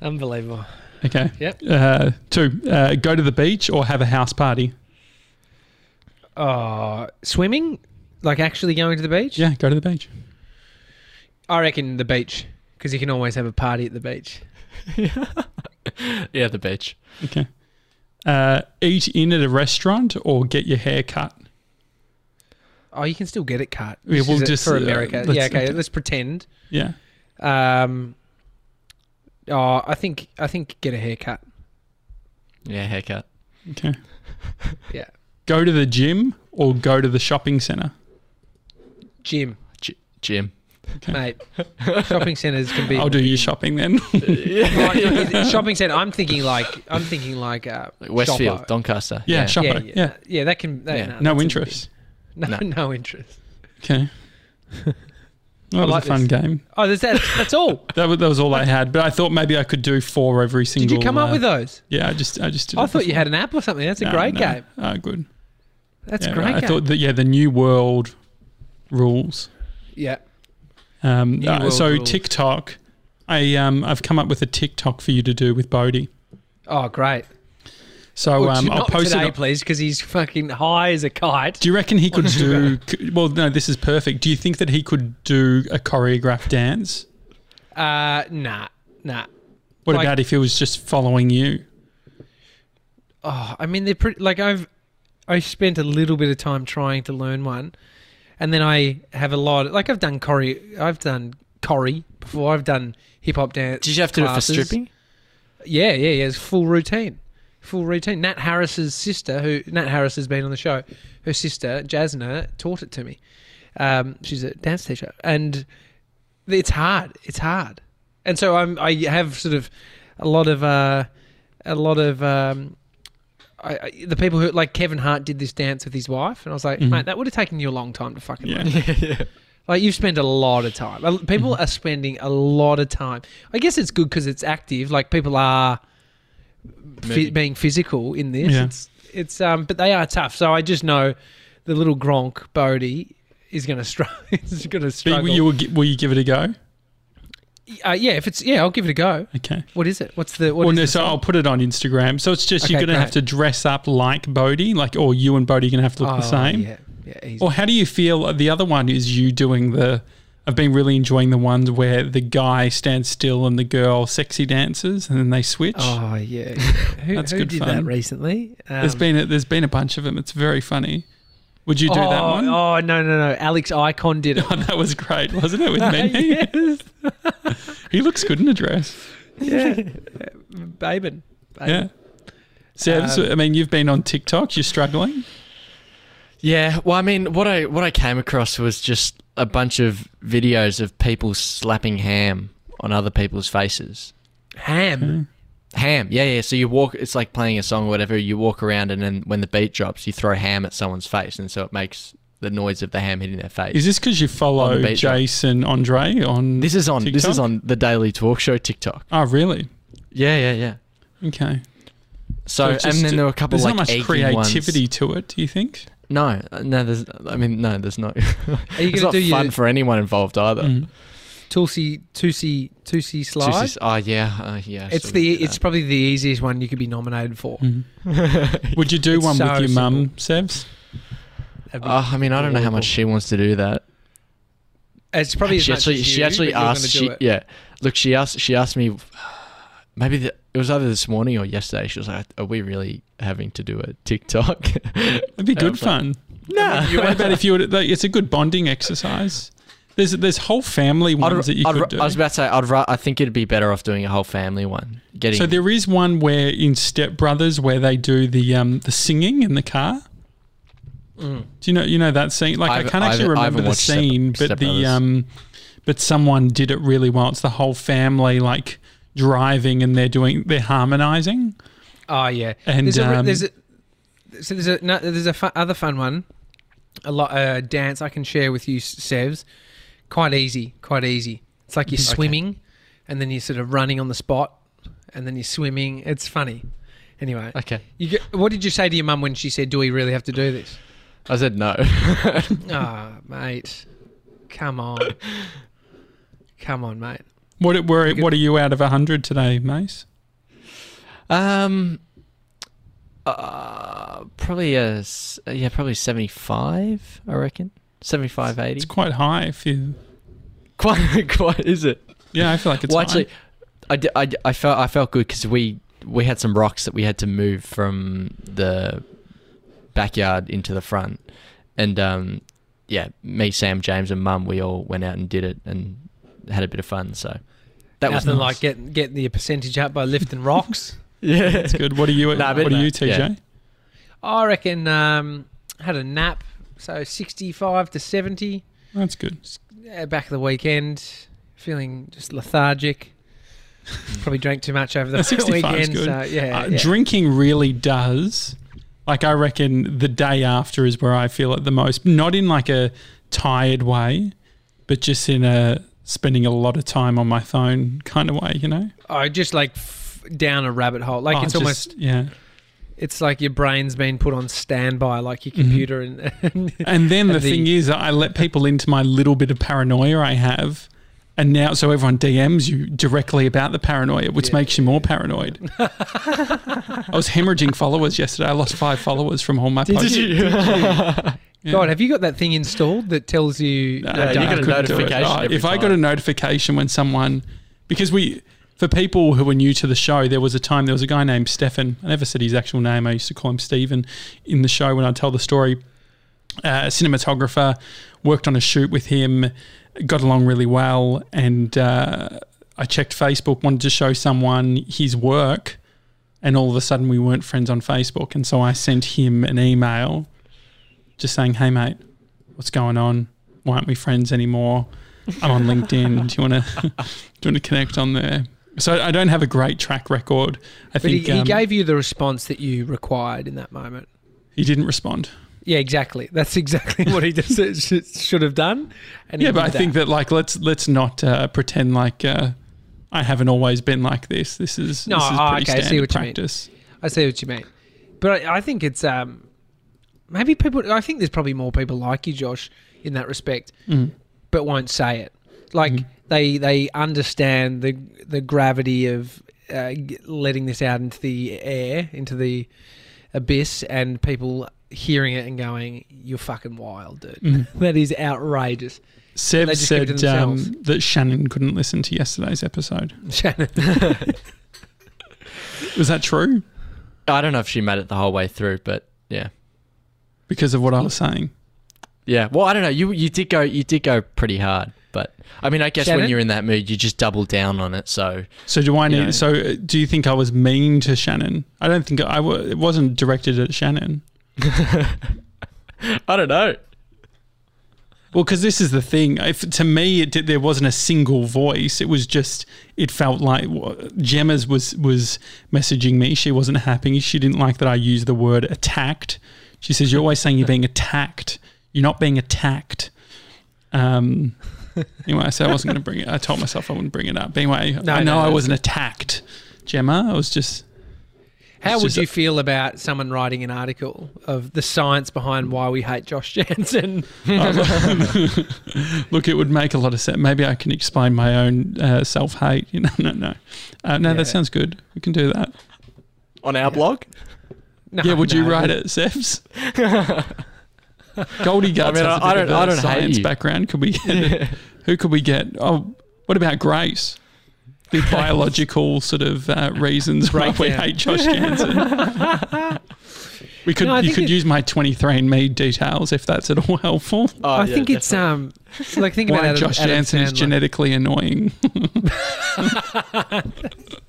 Speaker 2: Unbelievable.
Speaker 1: Okay.
Speaker 2: Yep.
Speaker 1: Uh, two. Uh, go to the beach or have a house party.
Speaker 2: Oh, swimming? Like actually going to the beach?
Speaker 1: Yeah, go to the beach.
Speaker 2: I reckon the beach because you can always have a party at the beach.
Speaker 3: yeah, the beach.
Speaker 1: Okay. Uh, eat in at a restaurant or get your hair cut.
Speaker 2: Oh, you can still get it cut.
Speaker 1: Yeah,
Speaker 2: This
Speaker 1: we'll
Speaker 2: is it
Speaker 1: just,
Speaker 2: for
Speaker 1: uh,
Speaker 2: America.
Speaker 1: let's-
Speaker 2: yeah, okay. Let's pretend.
Speaker 1: Yeah.
Speaker 2: Um, oh, I think I think get a haircut.
Speaker 3: Yeah, haircut.
Speaker 1: Okay.
Speaker 2: Yeah,
Speaker 1: Go to the gym or go to the shopping center.
Speaker 2: gym,
Speaker 3: G- gym.
Speaker 2: mate. Shopping centers can be.
Speaker 1: I'll Oh, do your shopping then.
Speaker 2: Right, is it shopping center. I'm thinking like I'm thinking like uh,
Speaker 3: Like Westfield,
Speaker 2: shopper.
Speaker 3: Doncaster.
Speaker 1: Yeah, shopper.
Speaker 2: Yeah,
Speaker 1: yeah.
Speaker 2: yeah, yeah, That can. That,
Speaker 3: Yeah.
Speaker 2: no,
Speaker 1: No
Speaker 2: that's a
Speaker 1: interest.
Speaker 2: bit- No,
Speaker 3: No.
Speaker 2: no, interest.
Speaker 1: Okay. That was
Speaker 2: like
Speaker 1: a fun
Speaker 2: this.
Speaker 1: game.
Speaker 2: Oh, that's that, that's all.
Speaker 1: That was, that was all I had, but I thought maybe I could do four every single.
Speaker 2: Did you come
Speaker 1: uh,
Speaker 2: up with those?
Speaker 1: Yeah, I just, I just. Did
Speaker 2: I
Speaker 1: it
Speaker 2: thought you
Speaker 1: before.
Speaker 2: had an app or something. That's a
Speaker 1: No,
Speaker 2: great
Speaker 1: no.
Speaker 2: game.
Speaker 1: Oh, good.
Speaker 2: That's
Speaker 1: yeah,
Speaker 2: a great
Speaker 1: I
Speaker 2: game.
Speaker 1: thought that yeah, the new world rules.
Speaker 2: yeah.
Speaker 1: Um,
Speaker 2: New
Speaker 1: uh,
Speaker 2: world
Speaker 1: so
Speaker 2: rules.
Speaker 1: TikTok, I um, I've come up with a TikTok for you to do with Bodhi.
Speaker 2: Oh, great.
Speaker 1: So
Speaker 2: Well,
Speaker 1: um,
Speaker 2: Oh, not
Speaker 1: I'll post
Speaker 2: today,
Speaker 1: it.
Speaker 2: please, because he's fucking high as a kite.
Speaker 1: Do you reckon he could do? c- Well, no, this is perfect. Do you think that he could do a choreographed dance?
Speaker 2: Uh, nah, nah.
Speaker 1: What
Speaker 2: Like-
Speaker 1: about if he was just following you?
Speaker 2: Oh, I mean, they're pretty. Like I've, I spent a little bit of time trying to learn one, and then I have a lot. Like I've done Corey, I've done Corey before. I've done hip hop dance.
Speaker 3: Did you have to do it for
Speaker 2: classes.
Speaker 3: stripping?
Speaker 2: Yeah, yeah, yeah. It's full routine. Full routine. Nat Harris's sister, who Nat Harris has been on the show, her sister Jasna taught it to me. Um, she's a dance teacher, and it's hard. It's hard, and so I'm. I have sort of a lot of uh, a lot of um, I, I, the people who like Kevin Hart did this dance with his wife, and I was like,
Speaker 1: Mhm.
Speaker 2: mate, that would have taken you a long time to fucking learn.
Speaker 1: Yeah.
Speaker 2: Like you've spent a lot of time. Uh, People
Speaker 1: Mm-hmm.
Speaker 2: are spending a lot of time. I guess it's good because it's active. Like people are fi-
Speaker 3: Moving.
Speaker 2: being physical in this.
Speaker 1: Yeah.
Speaker 2: It's it's um, but they are tough. So I just know the little Gronk Bodie is going to struggle. is going to
Speaker 1: But
Speaker 2: struggle.
Speaker 1: you will, gi- will you give it a go?
Speaker 2: Uh, yeah, if it's yeah, I'll give it a go.
Speaker 1: Okay.
Speaker 2: What is it? What's the what
Speaker 1: well,
Speaker 2: is
Speaker 1: no,
Speaker 2: the
Speaker 1: so
Speaker 2: song?
Speaker 1: I'll put it on Instagram. So it's just you're
Speaker 2: Okay,
Speaker 1: going to have
Speaker 2: great.
Speaker 1: to dress up like Bodhi, like, or you and Bodhi are going to have to look the
Speaker 2: Oh,
Speaker 1: same.
Speaker 2: Yeah, yeah. Easy.
Speaker 1: Or how do you feel? uh, The other one is you doing the. I've been really enjoying the ones where the guy stands still and the girl sexy dances, and then they switch.
Speaker 2: Oh yeah, yeah. Who,
Speaker 1: That's
Speaker 2: who
Speaker 1: good
Speaker 2: did that
Speaker 1: fun.
Speaker 2: recently? Um,
Speaker 1: There's been a, there's been a bunch of them. It's very funny. Would you do that
Speaker 2: oh,
Speaker 1: one?
Speaker 2: Oh no no no! Alex Icon did it.
Speaker 1: Oh, that was great, wasn't it? With me,
Speaker 2: yes,
Speaker 1: he looks good in a dress.
Speaker 2: yeah, Babin. Babin.
Speaker 1: Yeah. Sev, so,
Speaker 2: Um,
Speaker 1: I mean, you've been on TikTok. You're struggling.
Speaker 3: Yeah, well, I mean, what I what I came across was just a bunch of videos of people slapping ham on other people's faces.
Speaker 2: Ham.
Speaker 3: Hmm. Ham, yeah, yeah. So you walk, it's like playing a song or whatever. You walk around, and then when the beat drops, you throw ham at someone's face, and so it makes the noise of the ham hitting their face.
Speaker 1: Is this because you follow
Speaker 3: On the beach, right?
Speaker 1: Jason Andre on?
Speaker 3: this is on this is
Speaker 1: TikTok?
Speaker 3: on the Daily Talk Show TikTok.
Speaker 1: Oh, really?
Speaker 3: Yeah, yeah, yeah.
Speaker 1: Okay.
Speaker 3: So,
Speaker 1: it's
Speaker 3: and
Speaker 1: just-
Speaker 3: then there were a couple
Speaker 1: There's
Speaker 3: like
Speaker 1: not much
Speaker 3: eggy
Speaker 1: creativity
Speaker 3: Ones.
Speaker 1: to it. Do you think?
Speaker 3: No, uh, no, there's. I mean, no, there's not.
Speaker 2: Are you
Speaker 3: it's
Speaker 2: gonna
Speaker 3: not
Speaker 2: do
Speaker 3: fun
Speaker 2: your
Speaker 3: for anyone involved either.
Speaker 1: Mm.
Speaker 2: Tulsi Tulsi Tulsi slide?
Speaker 3: Just this- oh yeah, uh, yeah. I
Speaker 2: it's
Speaker 3: still
Speaker 2: the
Speaker 3: do that.
Speaker 2: it's probably the easiest one you could be nominated for.
Speaker 1: Mm. Would you do
Speaker 2: It's
Speaker 1: one
Speaker 2: so
Speaker 1: with your mum, Sevs?
Speaker 2: That'd be-
Speaker 3: Uh, I mean, I don't know how
Speaker 2: Adorable.
Speaker 3: much she wants to do that.
Speaker 2: it's probably as
Speaker 3: she
Speaker 2: much
Speaker 3: actually,
Speaker 2: as
Speaker 3: she
Speaker 2: you,
Speaker 3: actually
Speaker 2: but you're gonna
Speaker 3: asked.
Speaker 2: do
Speaker 3: She,
Speaker 2: it.
Speaker 3: yeah, look, she asked. She asked me. Maybe the, it was either this morning or yesterday. She was like, "Are we really having to do a TikTok?"
Speaker 1: It'd be
Speaker 3: I
Speaker 1: good
Speaker 3: was like,
Speaker 1: fun.
Speaker 3: Nah.
Speaker 1: You- what about if you would? Like, it's a good bonding exercise. There's there's whole family
Speaker 3: I'd,
Speaker 1: ones that you
Speaker 3: I'd,
Speaker 1: could
Speaker 3: ra-
Speaker 1: do.
Speaker 3: I was about to say, I'd. Ra- I think it'd be better off doing a whole family one. Getting.
Speaker 1: so there is one where in Step Brothers where they do the um the singing in the car.
Speaker 2: Mm.
Speaker 1: Do you know you know that scene? Like I've, I
Speaker 3: I've-
Speaker 1: can not actually
Speaker 3: I've- I haven't
Speaker 1: remember the
Speaker 3: watched Step-
Speaker 1: scene, but
Speaker 3: Step
Speaker 1: the
Speaker 3: Brothers.
Speaker 1: um, but someone did it really well. It's the whole family like driving and they're doing they're harmonizing.
Speaker 2: Oh yeah,
Speaker 1: And,
Speaker 2: there's a, re-
Speaker 1: um,
Speaker 2: there's a so there's a no, there's a fu- other fun one, a lot uh, dance I can share with you, Sevs. Quite easy, quite easy. It's like you're
Speaker 3: Okay.
Speaker 2: swimming, and then you're sort of running on the spot, and then you're swimming. It's funny. Anyway,
Speaker 3: okay.
Speaker 2: you get, what did you say to your mum when she said, "Do we really have to do this?"
Speaker 3: I said no.
Speaker 2: Ah, mate, come on, come on, mate.
Speaker 1: What were
Speaker 2: could-
Speaker 1: what are you out of hundred today, Mace?
Speaker 3: um. Uh, probably a s- yeah, probably seventy-five. I reckon 75, 80.
Speaker 1: It's quite high. If you
Speaker 3: quite quite is it?
Speaker 1: yeah, I feel like it's
Speaker 3: well,
Speaker 1: high.
Speaker 3: actually, I, di- I, di- I felt I felt good because we we had some rocks that we had to move from the backyard into the front, and um, yeah, me, Sam, James, and Mum, we all went out and did it and had a bit of fun. So that was
Speaker 2: Nothing
Speaker 3: nice.
Speaker 2: like getting getting the percentage up by lifting rocks.
Speaker 3: yeah,
Speaker 1: That's good. What are you?
Speaker 3: Nah, but-
Speaker 1: what are you, TJ?
Speaker 3: yeah.
Speaker 2: I reckon um, had a nap, so 65 to 70.
Speaker 1: That's good.
Speaker 2: Uh, Back of the weekend, feeling just lethargic. Probably drank too much over the
Speaker 1: 65 is
Speaker 2: weekend.
Speaker 1: good.
Speaker 2: So yeah,
Speaker 1: uh,
Speaker 2: yeah.
Speaker 1: Drinking really does. Like I reckon the day after is where I feel it the most. Not in like a tired way, but just in a spending a lot of time on my phone kind of way. You know,
Speaker 2: oh, just like f- down a rabbit hole. Like
Speaker 1: Oh,
Speaker 2: it's
Speaker 1: just-
Speaker 2: almost,
Speaker 1: yeah.
Speaker 2: it's like your brain's been put on standby, like
Speaker 1: Mm-hmm.
Speaker 2: your computer. And, and
Speaker 1: And then the
Speaker 2: And the-
Speaker 1: thing is, I let people into my little bit of paranoia I have. And now, so everyone DMs you directly about the paranoia, which
Speaker 2: Yeah.
Speaker 1: makes you more paranoid. I was hemorrhaging followers yesterday. I lost five followers from all my posts. Yeah.
Speaker 2: God, have you got that thing installed that tells you?
Speaker 1: No,
Speaker 2: no,
Speaker 3: you
Speaker 1: I
Speaker 2: don't.
Speaker 3: got a
Speaker 1: couldn't do it.
Speaker 3: notification
Speaker 1: Oh,
Speaker 3: every
Speaker 1: if I got a
Speaker 3: time.
Speaker 1: notification when someone, because we, for people who were new to the show, there was a time there was a guy named Stefan. I never said his actual name. I used to call him Stephen in the show when I tell the story. Uh, cinematographer, worked on a shoot with him, got along really well, and uh, I checked Facebook, wanted to show someone his work, and all of a sudden we weren't friends on Facebook, and so I sent him an email, just saying, "Hey mate, what's going on? Why aren't we friends anymore? I'm on LinkedIn. do you want to do you want to connect on there?" So I don't have a great track record. I
Speaker 2: But he,
Speaker 1: think
Speaker 2: he
Speaker 1: um,
Speaker 2: gave you the response that you required in that moment.
Speaker 1: he didn't respond.
Speaker 2: Yeah, exactly. That's exactly what he just sh- should have done. And he
Speaker 1: yeah, but I
Speaker 2: did
Speaker 1: think that like let's let's not uh, pretend like uh, I haven't always been like this. This is
Speaker 2: No,
Speaker 1: this is
Speaker 2: oh,
Speaker 1: pretty
Speaker 2: okay, I see
Speaker 1: standard
Speaker 2: what you mean.
Speaker 1: practice.
Speaker 2: I see what you mean. But I, I think it's um, maybe people. I think there's probably more people like you, Josh, in that respect,
Speaker 1: Mm. Mm-hmm.
Speaker 2: but won't say it. Like they they understand the the gravity of uh, g- letting this out into the air, into the abyss, and people hearing it and going, "You're fucking wild, dude.
Speaker 1: Mm.
Speaker 2: That is outrageous."
Speaker 1: Seb
Speaker 2: They just keep it to
Speaker 1: said um,
Speaker 2: themselves.
Speaker 1: that Shannon couldn't listen to yesterday's episode.
Speaker 2: Shannon,
Speaker 1: Was that true?
Speaker 3: I don't know if she made it the whole way through, but yeah,
Speaker 1: Because of what I was saying.
Speaker 3: yeah. Well, I don't know. You you did go you did go pretty hard, but I mean, I guess
Speaker 2: Shannon?
Speaker 3: when you're in that mood, you just double down on it. So
Speaker 1: So do I need?
Speaker 3: Yeah.
Speaker 1: So uh, do you think I was mean to Shannon? I don't think I wa It wasn't directed at Shannon.
Speaker 3: I don't know.
Speaker 1: Well, because this is the thing. If to me, it did, there wasn't a single voice. It was just. It felt like wha- Gemma's was was messaging me. She wasn't happy. She didn't like that I used the word attacked. She says you're always saying you're being attacked. You're not being attacked. Um. Anyway, so I wasn't going to bring it. I told myself I wouldn't bring it up. Anyway,
Speaker 2: No,
Speaker 1: I know
Speaker 2: no,
Speaker 1: I
Speaker 2: that's-
Speaker 1: wasn't attacked, Gemma. I was just.
Speaker 2: how
Speaker 1: It's
Speaker 2: would
Speaker 1: just
Speaker 2: you
Speaker 1: a-
Speaker 2: feel about someone writing an article of the science behind why we hate Josh Jansen?
Speaker 1: Oh, look- Look, it would make a lot of sense. Maybe I can explain my own uh, self hate. You know, no, no, uh, no.
Speaker 2: Yeah.
Speaker 1: That sounds good. We can do that.
Speaker 3: On
Speaker 2: Yeah.
Speaker 3: our blog,
Speaker 2: No,
Speaker 1: yeah, would you
Speaker 2: no.
Speaker 1: write it, Sevs? Goldie Guts
Speaker 3: I mean,
Speaker 1: has a
Speaker 3: I- I
Speaker 1: bit of
Speaker 3: don't-
Speaker 1: a
Speaker 3: I don't hate
Speaker 1: science
Speaker 3: you.
Speaker 1: background. Could we? Get, who could we get? Oh, what about Grace? The biological sort of uh, reasons why we
Speaker 2: Breakdown.
Speaker 1: hate Josh Jansen. we could.
Speaker 2: No, I
Speaker 1: you
Speaker 2: think
Speaker 1: could
Speaker 2: it-
Speaker 1: use my twenty three and Me details if that's at all helpful.
Speaker 3: Oh,
Speaker 2: I
Speaker 3: yeah,
Speaker 2: think it's
Speaker 3: definitely.
Speaker 2: um, like think about
Speaker 1: Why
Speaker 2: Adam,
Speaker 1: Josh
Speaker 2: Adam
Speaker 1: Jansen is
Speaker 2: Sandler.
Speaker 1: genetically annoying.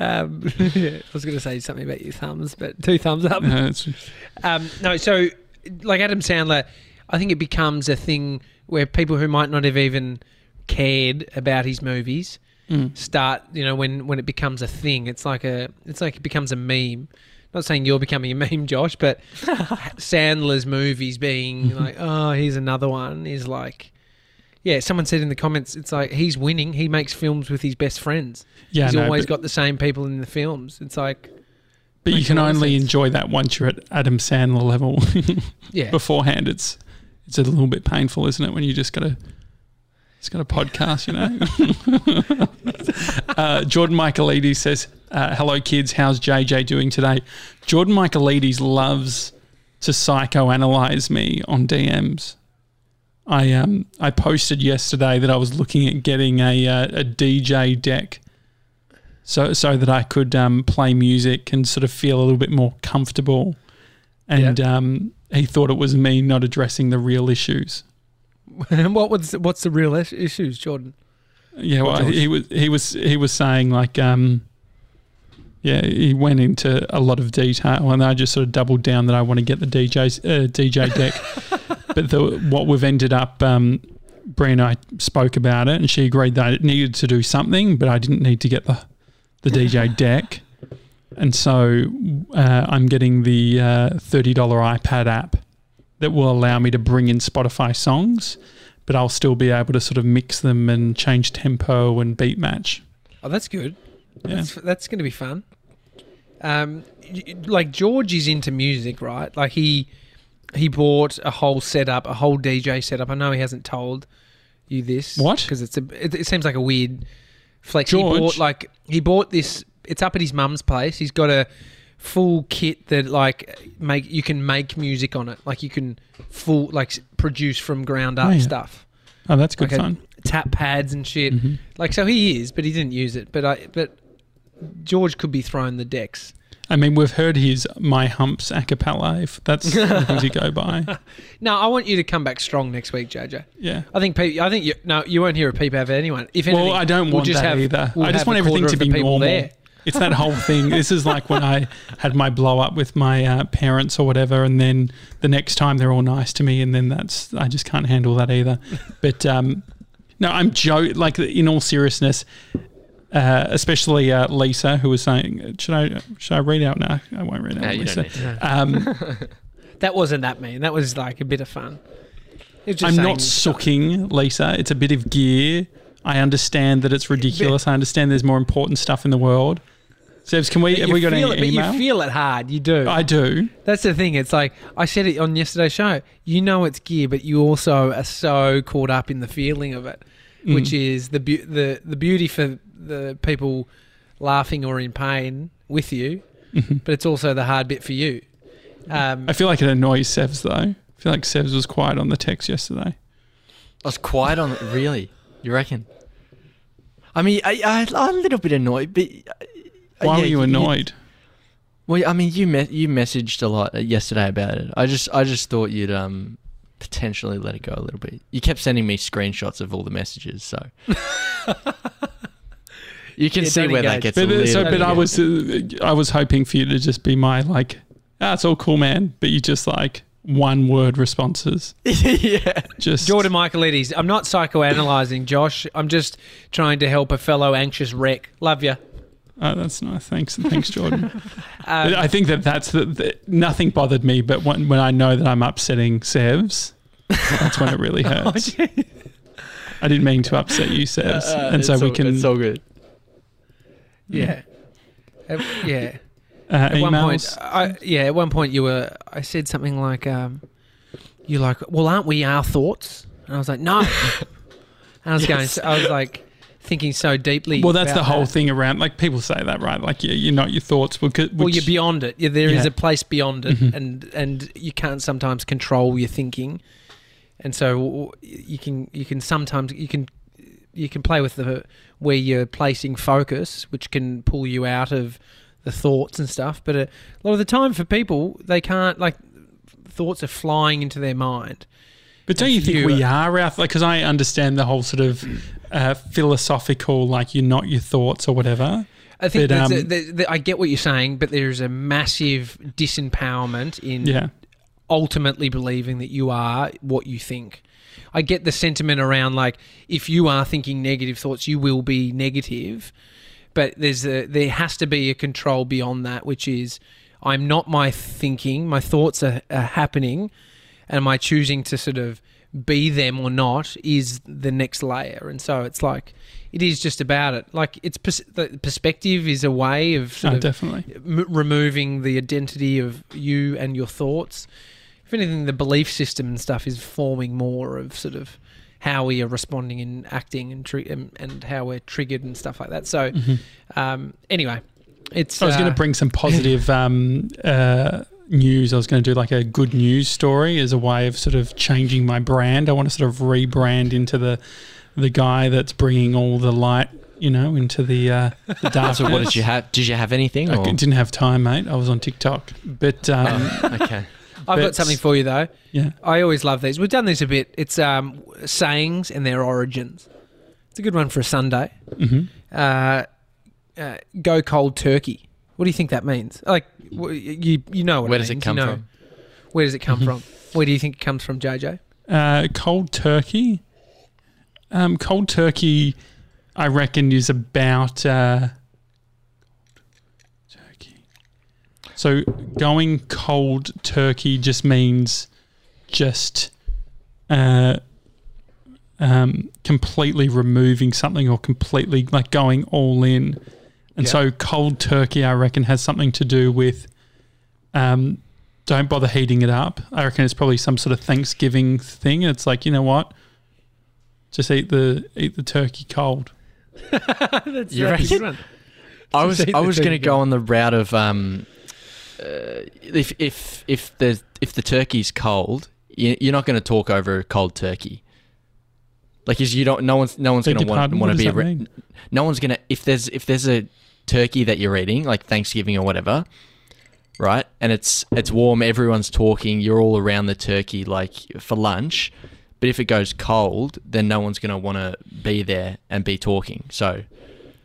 Speaker 2: Um, I was going to say something about your thumbs, but two thumbs up.
Speaker 1: No, it's-
Speaker 2: Um, no, so like Adam Sandler, I think it becomes a thing where people who might not have even cared about his movies
Speaker 1: Mm.
Speaker 2: start, you know, when when it becomes a thing, it's like a it's like it becomes a meme. Not saying you're becoming a meme, Josh, but Sandler's movies being like, oh, here's another one is like, yeah. Someone said in the comments, it's like he's winning. He makes films with his best friends.
Speaker 1: Yeah,
Speaker 2: he's
Speaker 1: no,
Speaker 2: always
Speaker 1: but,
Speaker 2: got the same people in the films. It's like,
Speaker 1: but you
Speaker 2: makes
Speaker 1: can
Speaker 2: a lot of
Speaker 1: only
Speaker 2: sense.
Speaker 1: enjoy that once you're at Adam Sandler level.
Speaker 2: yeah,
Speaker 1: Beforehand, it's it's a little bit painful, isn't it? When you just got to it's got a podcast, you know. uh, Jordan Michaelides says, uh, "Hello, kids. How's JJ doing today?" Jordan Michaelides loves to psychoanalyze me on DMs. I um I posted yesterday that I was looking at getting a uh, a DJ deck, so so that I could um, play music and sort of feel a little bit more comfortable. And um, he thought it was me not addressing the real issues.
Speaker 2: what was what's the real is- issues, Jordan?
Speaker 1: Yeah, well,
Speaker 2: George.
Speaker 1: he was he was he was saying like um, yeah, he went into a lot of detail, and I just sort of doubled down that I want to get the DJ's uh, DJ deck. but the, what we've ended up, um, Brie and I spoke about it, and she agreed that I needed to do something, but I didn't need to get the the DJ deck. And so uh, I'm getting the uh, $30 iPad app that will allow me to bring in Spotify songs, but I'll still be able to sort of mix them and change tempo and beat match.
Speaker 2: Oh, that's good.
Speaker 1: Yeah.
Speaker 2: That's that's going to be fun. Um, y- y- like George is into music, right? Like he he bought a whole setup, a whole DJ setup. I know he hasn't told you this.
Speaker 1: What?
Speaker 2: Because it's a it, it seems like a weird flex.
Speaker 1: George?
Speaker 2: He bought like he bought this. It's up at his mum's place. He's got a full kit that like make you can make music on it. Like you can full like s- produce from ground up
Speaker 1: Oh, yeah.
Speaker 2: stuff.
Speaker 1: Oh, that's good
Speaker 2: Okay.
Speaker 1: fun.
Speaker 2: tap pads and shit.
Speaker 1: Mhm.
Speaker 2: Like so he is, but he didn't use it. But I but George could be thrown the decks.
Speaker 1: I mean, we've heard his My Humps a cappella, if that's the things you go by.
Speaker 2: No, I want you to come back strong next week, JJ.
Speaker 1: Yeah.
Speaker 2: I think pe- I think you no, you won't hear a peep out of anyone. If anything,
Speaker 1: Well, I don't
Speaker 2: we'll
Speaker 1: want
Speaker 2: just
Speaker 1: that
Speaker 2: have,
Speaker 1: either.
Speaker 2: we'll
Speaker 1: I just
Speaker 2: have
Speaker 1: want
Speaker 2: a quarter
Speaker 1: everything to
Speaker 2: of the
Speaker 1: be
Speaker 2: people
Speaker 1: normal.
Speaker 2: There.
Speaker 1: It's that whole thing. this is like when I had my blow up with my uh, parents or whatever, and then the next time they're all nice to me, and then that's I just can't handle that either. But um, no, I'm joke. Like in all seriousness, uh, especially uh, Lisa, who was saying, "Should I should I read out?" No, I won't read out.
Speaker 3: No, you don't
Speaker 1: Lisa.
Speaker 3: need to.
Speaker 1: Um,
Speaker 2: That wasn't that mean. That was like a bit of fun. It was just
Speaker 1: I'm not
Speaker 2: saying-
Speaker 1: sooking, Lisa. It's a bit of gear. I understand that it's ridiculous. I understand there's more important stuff in the world. Sebs, can we?
Speaker 2: but
Speaker 1: Have
Speaker 2: you
Speaker 1: we got
Speaker 2: feel
Speaker 1: any
Speaker 2: it,
Speaker 1: email?
Speaker 2: But you feel it hard. You do.
Speaker 1: I do.
Speaker 2: That's the thing. It's like I said it on yesterday's show. You know it's gear, but you also are so caught up in the feeling of it. which
Speaker 1: Mm.
Speaker 2: is the beau the the beauty for the people laughing or in pain with you,
Speaker 1: Mhm.
Speaker 2: but it's also the hard bit for you. Um,
Speaker 1: I feel like it annoys Sevs though. I feel like Sevs was quiet on the text yesterday.
Speaker 3: I was quiet on it. Really? You reckon? I mean, I, I, I'm a little bit annoyed, but uh,
Speaker 1: Why
Speaker 3: yeah,
Speaker 1: were you annoyed?
Speaker 3: well, I mean, you me- you messaged a lot uh, yesterday about it. I just I just thought you'd um potentially let it go a little bit. You kept sending me screenshots of all the messages, so you can
Speaker 2: Yeah,
Speaker 3: see
Speaker 2: don't
Speaker 3: where that
Speaker 2: engage.
Speaker 3: gets a
Speaker 1: but
Speaker 3: little.
Speaker 1: uh, so,
Speaker 3: bit
Speaker 1: but I was uh, I was hoping for you to just be my like, ah, it's all cool, man. But you just like one word responses.
Speaker 3: yeah.
Speaker 1: Just
Speaker 2: Jordan Michaelides, I'm not psychoanalyzing Josh. I'm just trying to help a fellow anxious wreck. Love you.
Speaker 1: Oh, that's nice. Thanks, thanks, Jordan.
Speaker 2: Um,
Speaker 1: I think that that's the, the, nothing bothered me, but when when I know that I'm upsetting Sevs, that's when it really hurts. I didn't mean to upset you, Sevs,
Speaker 3: Uh,
Speaker 1: and so
Speaker 3: it's
Speaker 1: we
Speaker 3: all-
Speaker 1: can
Speaker 3: It's all good.
Speaker 2: Yeah. Uh, yeah.
Speaker 1: uh,
Speaker 2: At one point,
Speaker 1: emails.
Speaker 2: I, yeah. At one point, you were. I said something like, um, "You like, well, aren't we our thoughts?" And I was like, "No." and I was going. so- I was like thinking so deeply.
Speaker 1: well, that's
Speaker 2: about
Speaker 1: the whole
Speaker 2: that.
Speaker 1: thing around like people say that, right? Like you, you're not your thoughts. Well, which,
Speaker 2: Well, you're beyond it. Yeah, there is
Speaker 1: Yeah. Mm-hmm.
Speaker 2: a place beyond it, and and you can't sometimes control your thinking, and so w- you can you can sometimes you can you can play with the where you're placing focus, which can pull you out of the thoughts and stuff. But uh, a lot of the time, for people, they can't like thoughts are flying into their mind.
Speaker 1: But don't you think
Speaker 2: few-
Speaker 1: we are, Ralph? Because I understand the whole sort of uh, philosophical, like you're not your thoughts or whatever.
Speaker 2: I
Speaker 1: But,
Speaker 2: think that's a,
Speaker 1: um,
Speaker 2: the, the, I get what you're saying, but there is a massive disempowerment in
Speaker 1: Yeah.
Speaker 2: ultimately believing that you are what you think. I get the sentiment around like if you are thinking negative thoughts, you will be negative. But there's a there has to be a control beyond that, which is I'm not my thinking. My thoughts are, are happening, and my choosing to sort of be them or not is the next layer. And so it's like it is just about it. Like it's pers- the perspective is a way of sort
Speaker 1: Oh,
Speaker 2: of
Speaker 1: definitely.
Speaker 2: m- removing the identity of you and your thoughts. If anything, the belief system and stuff is forming more of sort of how we are responding and acting and tri- and, and how we're triggered and stuff like that. So, um, anyway, it's
Speaker 1: Mm-hmm. I was going
Speaker 2: uh,
Speaker 1: to bring some positive um, uh, news. I was going to do like a good news story as a way of sort of changing my brand. I want to sort of rebrand into the the guy that's bringing all the light, you know, into the, uh, the darkness.
Speaker 3: So, what did you have? Did you have anything?
Speaker 1: I
Speaker 3: Or? Oh,
Speaker 1: didn't have time, mate. I was on TikTok, but um,
Speaker 3: okay.
Speaker 2: I've got
Speaker 1: bits.
Speaker 2: something for you though.
Speaker 1: yeah,
Speaker 2: I always love these. We've done these a bit. It's um, sayings and their origins. It's a good one for a Sunday.
Speaker 1: hmm
Speaker 2: Uh, uh, go cold turkey. What do you think that means? Like wh- you, you know what
Speaker 3: Where
Speaker 2: it
Speaker 3: does it
Speaker 2: means,
Speaker 3: come
Speaker 2: you know.
Speaker 3: from? Mm-hmm.
Speaker 2: Where does it come from? Where do you think it comes from, JJ?
Speaker 1: Uh, cold turkey. Um, cold turkey, I reckon, is about uh, turkey. So going cold turkey just means just uh, um, completely removing something or completely like going all in. And
Speaker 2: Yeah.
Speaker 1: so cold turkey, I reckon, has something to do with um, don't bother heating it up. I reckon it's probably some sort of Thanksgiving thing. It's like you know what, just eat the eat the turkey cold.
Speaker 2: That's,
Speaker 3: You that's a good I was
Speaker 2: Say
Speaker 3: I
Speaker 2: the
Speaker 3: was going to
Speaker 2: turkey
Speaker 3: go
Speaker 2: goes.
Speaker 3: on the route of um, uh, if if if the if the turkey's cold, you, you're not going to talk over a cold turkey. Like, is you don't no one's no one's
Speaker 1: Beg
Speaker 3: going to
Speaker 1: your
Speaker 3: want
Speaker 1: pardon?
Speaker 3: want
Speaker 1: What does
Speaker 3: to be
Speaker 1: that
Speaker 3: re-
Speaker 1: mean?
Speaker 3: no one's going to if there's if there's a turkey that you're eating like Thanksgiving or whatever, right? And it's it's warm, everyone's talking, you're all around the turkey like for lunch. But if it goes cold, then no one's going to want to be there and be talking. So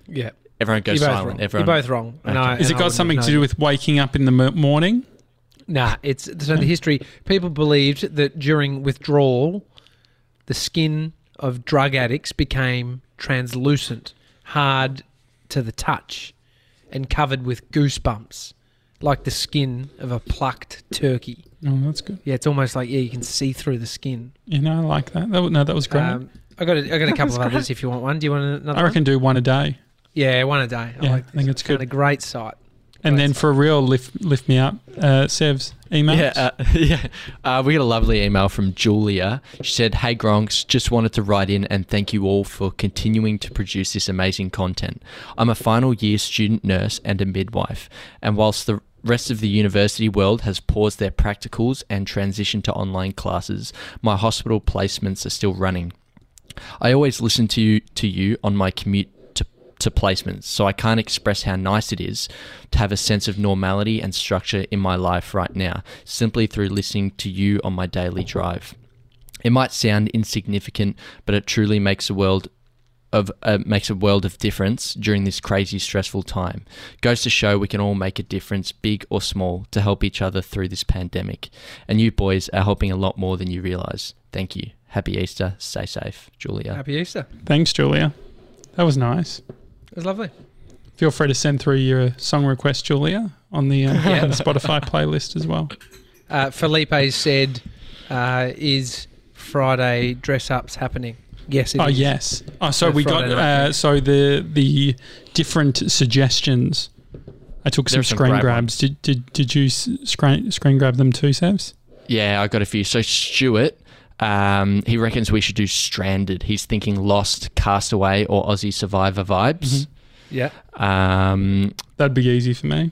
Speaker 2: Yeah,
Speaker 3: everyone
Speaker 2: you're
Speaker 3: goes
Speaker 2: both
Speaker 3: silent.
Speaker 2: wrong.
Speaker 3: Everyone
Speaker 2: You're both wrong. And
Speaker 3: Okay.
Speaker 2: I,
Speaker 1: Has it
Speaker 2: and I
Speaker 1: got
Speaker 2: wouldn't
Speaker 1: something
Speaker 2: have
Speaker 1: to do
Speaker 2: known.
Speaker 1: with waking up in the mo- morning?
Speaker 2: Nah, it's so the history. People believed that during withdrawal, the skin of drug addicts became translucent, hard to the touch, and covered with goosebumps, like the skin of a plucked turkey.
Speaker 1: Oh, that's good.
Speaker 2: Yeah, it's almost like yeah, you can see through the skin.
Speaker 1: You know, I like that. that wa- no, that was great.
Speaker 2: Um, I got a, I got a couple of others if you want one. Do you want another?
Speaker 1: I
Speaker 2: one?
Speaker 1: reckon do one a day.
Speaker 2: Yeah, one a day.
Speaker 1: Yeah,
Speaker 2: I, like
Speaker 1: I think it's
Speaker 2: Found
Speaker 1: good.
Speaker 2: a great site.
Speaker 1: And then for a real lift lift me up, uh, Sev's email.
Speaker 3: Yeah, uh, yeah. Uh, we got a lovely email from Julia. She said, "Hey Gronks, just wanted to write in and thank you all for continuing to produce this amazing content. I'm a final year student nurse and a midwife, and whilst the rest of the university world has paused their practicals and transitioned to online classes, my hospital placements are still running. I always listen to you, to you on my commute to, to placements, so I can't express how nice it is to have a sense of normality and structure in my life right now, simply through listening to you on my daily drive. It might sound insignificant, but it truly makes a world of uh, makes a world of difference during this crazy stressful time. Goes to show we can all make a difference, big or small, to help each other through this pandemic. And you boys are helping a lot more than you realize. Thank you. Happy Easter. Stay safe, Julia.
Speaker 2: Happy Easter.
Speaker 1: Thanks, Julia. That was nice.
Speaker 2: It was lovely.
Speaker 1: Feel free to send through your song request, Julia, on the, uh, on the Spotify playlist as well.
Speaker 2: Uh, Felipe said, uh, "Is Friday dress ups happening?" Yes. it
Speaker 1: Oh
Speaker 2: is.
Speaker 1: yes. Oh, so
Speaker 2: Yeah,
Speaker 1: we got
Speaker 2: Friday night.
Speaker 1: uh, so the the different suggestions. I took some
Speaker 3: There's some
Speaker 1: screen
Speaker 3: great
Speaker 1: grabs. Did, did did you s- screen screen grab them too, Sevs?
Speaker 3: Yeah, I got a few. So Stuart, um, he reckons we should do Stranded. He's thinking Lost, Castaway, or Aussie Survivor vibes.
Speaker 2: Yeah.
Speaker 3: Um,
Speaker 1: That'd be easy for me.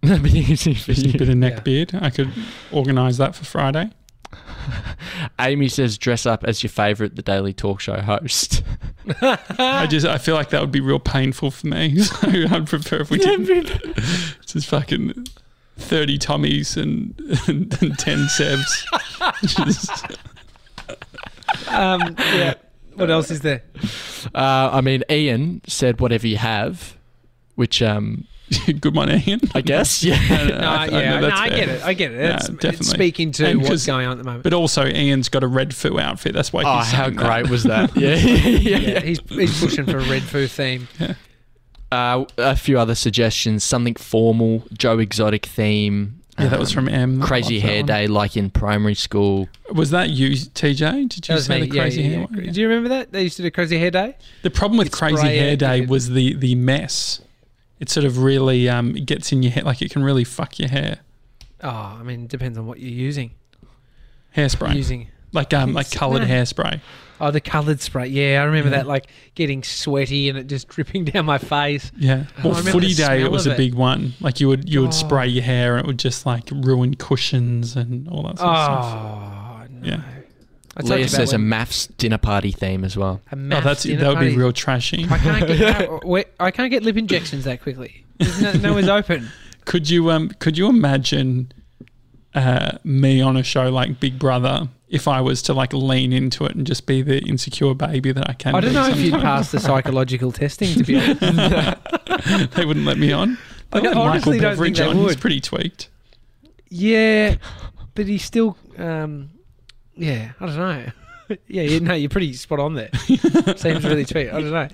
Speaker 3: that'd be easy for
Speaker 1: Just a
Speaker 3: you.
Speaker 1: bit of neck
Speaker 2: Yeah.
Speaker 1: beard. I could organise that for Friday.
Speaker 3: Amy says dress up as your favourite The Daily Talk Show host.
Speaker 1: I just I feel like that would be real painful for me. So I'd prefer if we didn't. Just fucking thirty Tommies and and, and ten Sevs. Just-
Speaker 2: Um, yeah. What else is there?
Speaker 3: Uh, I mean, Ian said whatever you have, which um,
Speaker 1: good one, Ian.
Speaker 3: I guess yeah.
Speaker 1: No,
Speaker 2: No,
Speaker 1: Uh, I- I know
Speaker 2: yeah, no,
Speaker 1: that's
Speaker 2: I
Speaker 1: fair.
Speaker 2: get it. I get it.
Speaker 1: Yeah,
Speaker 2: It's, it's
Speaker 1: definitely.
Speaker 2: speaking to
Speaker 1: And 'cause-
Speaker 2: what's going on at the moment.
Speaker 1: But also, Ian's got a red foo outfit. That's why.
Speaker 3: Oh,
Speaker 1: he's
Speaker 3: how
Speaker 1: saying
Speaker 3: great
Speaker 1: That.
Speaker 3: was that? yeah, yeah,
Speaker 2: yeah,
Speaker 3: yeah.
Speaker 2: he's, he's pushing for a Red Foo theme.
Speaker 3: Uh, a few other suggestions: something formal, Joe Exotic theme.
Speaker 1: Yeah, that was
Speaker 3: um,
Speaker 1: from M. I
Speaker 3: Crazy
Speaker 1: liked that
Speaker 3: hair
Speaker 1: one.
Speaker 3: day, like in primary school.
Speaker 1: Was that you, TJ? Did
Speaker 2: That
Speaker 1: you
Speaker 2: was
Speaker 1: say
Speaker 2: me.
Speaker 1: the
Speaker 2: Yeah,
Speaker 1: crazy
Speaker 2: yeah,
Speaker 1: hair
Speaker 2: yeah.
Speaker 1: one? Yeah.
Speaker 2: Do you remember that? They used to do Crazy Hair Day.
Speaker 1: The problem with
Speaker 2: It's
Speaker 1: crazy
Speaker 2: grey
Speaker 1: hair day
Speaker 2: hair.
Speaker 1: was the the mess. It sort of really um, it gets in your hair. Like it can really fuck your hair.
Speaker 2: Oh, I mean, depends on what you're using.
Speaker 1: Hairspray,
Speaker 2: Using
Speaker 1: like um, like
Speaker 2: It's-
Speaker 1: coloured
Speaker 2: no.
Speaker 1: hairspray.
Speaker 2: oh the coloured spray. Yeah, I remember
Speaker 1: Yeah.
Speaker 2: that. Like getting sweaty and it just dripping down my face.
Speaker 1: Yeah.
Speaker 2: Oh,
Speaker 1: Well,
Speaker 2: I remember
Speaker 1: footy
Speaker 2: the
Speaker 1: day it
Speaker 2: smell
Speaker 1: was
Speaker 2: of
Speaker 1: a
Speaker 2: it.
Speaker 1: big one. Like you would you would
Speaker 2: Oh.
Speaker 1: spray your hair and it would just like ruin cushions and all that
Speaker 2: Oh
Speaker 1: sort of stuff.
Speaker 2: no.
Speaker 1: Yeah.
Speaker 2: I told you
Speaker 3: Leah
Speaker 2: about
Speaker 3: says a
Speaker 2: when-
Speaker 3: maths dinner party theme as well.
Speaker 2: a
Speaker 1: Oh,
Speaker 2: math
Speaker 1: that's
Speaker 2: dinner
Speaker 1: that would be
Speaker 2: party.
Speaker 1: real trashy.
Speaker 2: I can't get wait, I can't get lip injections that quickly. There's No, no one's open.
Speaker 1: Could you um could you imagine uh, me on a show like Big Brother if I was to like lean into it and just be the insecure baby that I can
Speaker 2: I don't
Speaker 1: be
Speaker 2: know if you'd
Speaker 1: sometimes?
Speaker 2: pass the psychological testing. To be honest,
Speaker 1: they wouldn't let me on. They
Speaker 2: I don't-
Speaker 1: let
Speaker 2: honestly don't think they
Speaker 1: on. He's
Speaker 2: would.
Speaker 1: pretty tweaked.
Speaker 2: yeah, but he's still, um, yeah, I don't know. yeah, you, no, you're pretty spot on there. Seems really tweet. I don't know.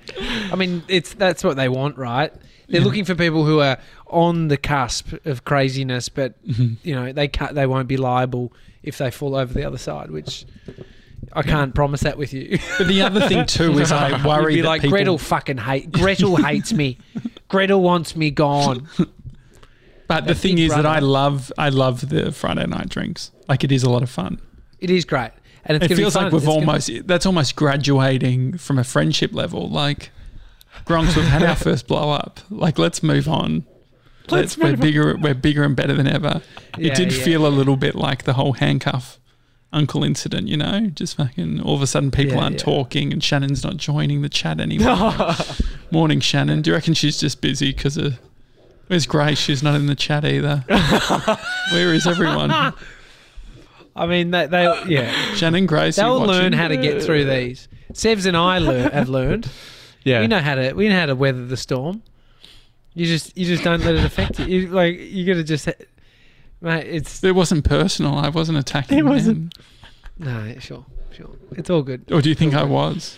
Speaker 2: I mean, it's that's what they want, right? They're
Speaker 1: Yeah.
Speaker 2: looking for people who are on the cusp of craziness, but you know they can't, they won't be liable if they fall over the other side, which. I can't promise that with you.
Speaker 1: But the other thing too is I worry
Speaker 2: You'd be
Speaker 1: that
Speaker 2: like
Speaker 1: people,
Speaker 2: Gretel fucking hate. Gretel hates me. Gretel wants me gone.
Speaker 1: But the
Speaker 2: that
Speaker 1: thing
Speaker 2: Big
Speaker 1: is that I
Speaker 2: Brother-
Speaker 1: love I love the Friday night drinks. Like it is a lot of fun.
Speaker 2: It is great, and it's
Speaker 1: it
Speaker 2: gonna
Speaker 1: feels
Speaker 2: be fun.
Speaker 1: like we've
Speaker 2: It's gonna-
Speaker 1: almost that's almost graduating from a friendship level. Like Gronks, we've had our first blow up. Like let's move on. Let's, we're bigger we're bigger and better than ever.
Speaker 2: Yeah,
Speaker 1: it did
Speaker 2: yeah.
Speaker 1: feel a little bit like the whole handcuff uncle incident, you know? Just fucking all of a sudden people
Speaker 2: Yeah,
Speaker 1: aren't
Speaker 2: yeah.
Speaker 1: talking and Shannon's not joining the chat anymore. Morning Shannon. Do you reckon she's just busy because of Where's Grace? She's not in the chat either. Where is everyone?
Speaker 2: I mean, they, they yeah,
Speaker 1: Shannon Grace. you
Speaker 2: they'll learn
Speaker 1: watching?
Speaker 2: how to get through these. Sevs and I lear- have learned.
Speaker 3: Yeah,
Speaker 2: We know how to we know how to weather the storm. You just you just don't let it affect you. you like you gotta just, ha- mate. It's
Speaker 1: It wasn't personal. I wasn't attacking
Speaker 3: It wasn't.
Speaker 1: them.
Speaker 2: no, sure, sure. It's all good,
Speaker 1: Or do you think I was?